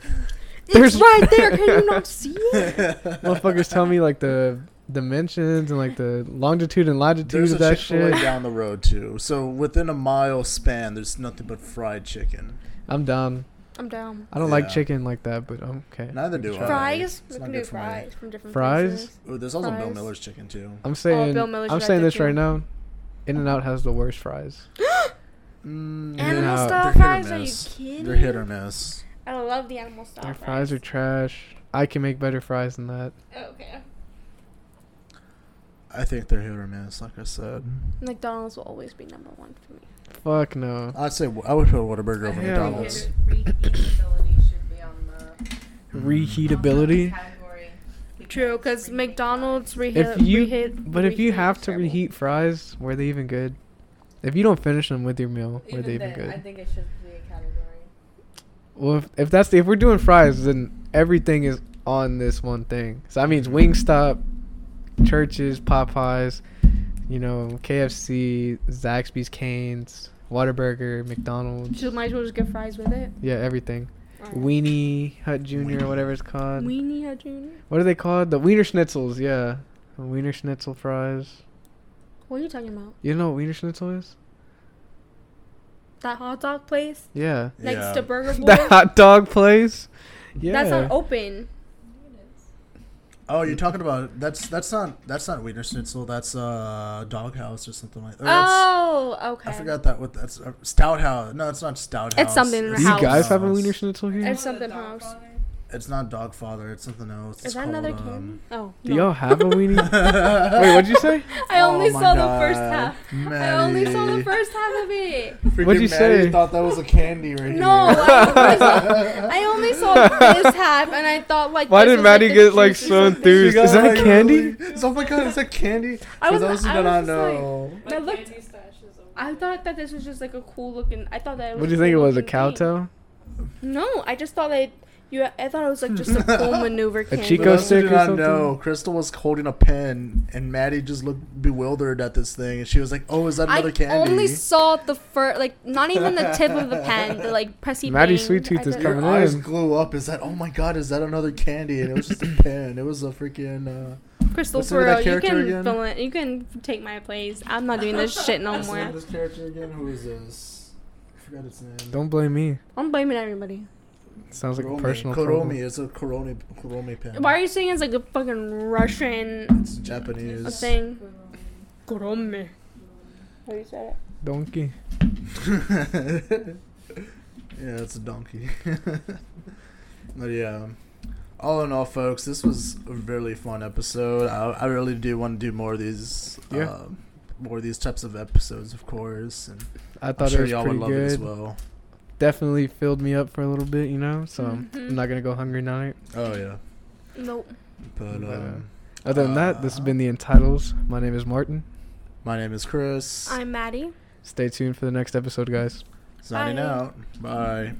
There's- It's right there. Can you not see it? Motherfuckers tell me like the dimensions and like the longitude and latitude There's of a that Chick Fil A shit. down the road too. So within a mile span, there's nothing but fried chicken. I'm down. I'm down. I don't like Yeah. chicken like that, but I'm okay. Neither do I. Fries. It's We not can good do for me. fries from different Fries? places. Ooh, there's also Bill Fries. Miller's chicken too. I'm saying, Oh, Bill Miller's I'm got saying that this right too. now. In and Out has the worst fries. Mm, Animal No, style they're hit or fries? Are you miss. kidding? They're hit or miss. I love the animal style Their fries. Oh, fries are trash. I can make better fries than that. okay. I think they're hit or miss. Like I said, McDonald's will always be number one for me. Fuck no. I'd say I would put Whataburger over Hell. McDonald's. Reheatability should be on the- on the Reheatability. category True, because reheat- McDonald's reheat. If you, reheat, but if you reheat have is to terrible. reheat fries, were they even good? If you don't finish them with your meal, were they even then, I good? think it should be a category. Well, if, if that's the, if we're doing fries, then everything is on this one thing. So that means Wingstop, churches, Popeyes, you know, KFC, Zaxby's, Canes, Whataburger, McDonald's. So might as well just get fries with it. Yeah, everything. Alright. Weenie Hut Junior, or whatever it's called. Weenie Hut Junior. What are they called? The Wiener Schnitzels, yeah. Wiener Schnitzel fries. What are you talking about? You know what Wiener Schnitzel is? That hot dog place Yeah. next Yeah. to Burger Boy. The hot dog place. Yeah. That's not open. Oh, you're talking about that's that's not that's not Wiener Schnitzel. That's uh Doghouse or something like that. Oh, okay. I forgot that. What that's uh, Stout House? No, it's not Stout House. It's something in Do the you house. guys have a House. Wiener Schnitzel here? It's something house. It's not Dogfather. It's um, something else. Is that another can? king? Oh. Do no. y'all have a weenie? Wait, Wait, what'd you say? I only oh saw the first half. I only saw the Maddie. first half of it. What'd you Maddie say? Thought that was a candy right No, I only, I only saw this half, and I thought like. Why this did was, Maddie the get like juice or so something. enthused? Is that a candy? oh my god, is that candy? I For was- those who I do was not just know, I looked. I thought that this was just like a cool looking. I thought that. It was What do a you think it cool was? A looking cow thing. tail? No, I just thought that you. I thought it was like just a cool maneuver. Candy. for Chico those who stick do or not something? know, Crystal was holding a pen, and Maddie just looked bewildered at this thing, and she was like, "Oh, is that another I candy?" only saw the fur, like not even the tip of the pen, the like pressy. Maddie's bang. sweet tooth I is thought- coming Your eyes in. glow up. Is that? Oh my god! Is that another candy? And it was just a pen. It was a freaking. Uh, Crystal What's the name Ferrell, of that you character can again? fill it. You can take my place. I'm not doing this shit no what's the name of more. this character again? Who is this? I forgot its name. Don't blame me. I'm blaming everybody. Sounds like a Kuromi. personal Kuromi. problem. It's a Kuromi. Kuromi pen. Why are you saying it's like a fucking Russian It's Japanese. thing? Kurome. How do you say it? Donkey. yeah, it's a donkey. but yeah. All in all, folks, this was a really fun episode. I, I really do want to do more of these. Yeah. Uh, more of these types of episodes, of course. And I I'm thought sure it was y'all would pretty love it as good. well. Definitely filled me up for a little bit, you know. So Mhm. I'm not gonna go hungry tonight. Oh yeah. Nope. But But, uh, um, Other than that, this has Uh, been the Entitles. My name is Martin. my name is Chris. I'm Maddie. Stay tuned for the next episode, guys. Signing Bye. out. Bye.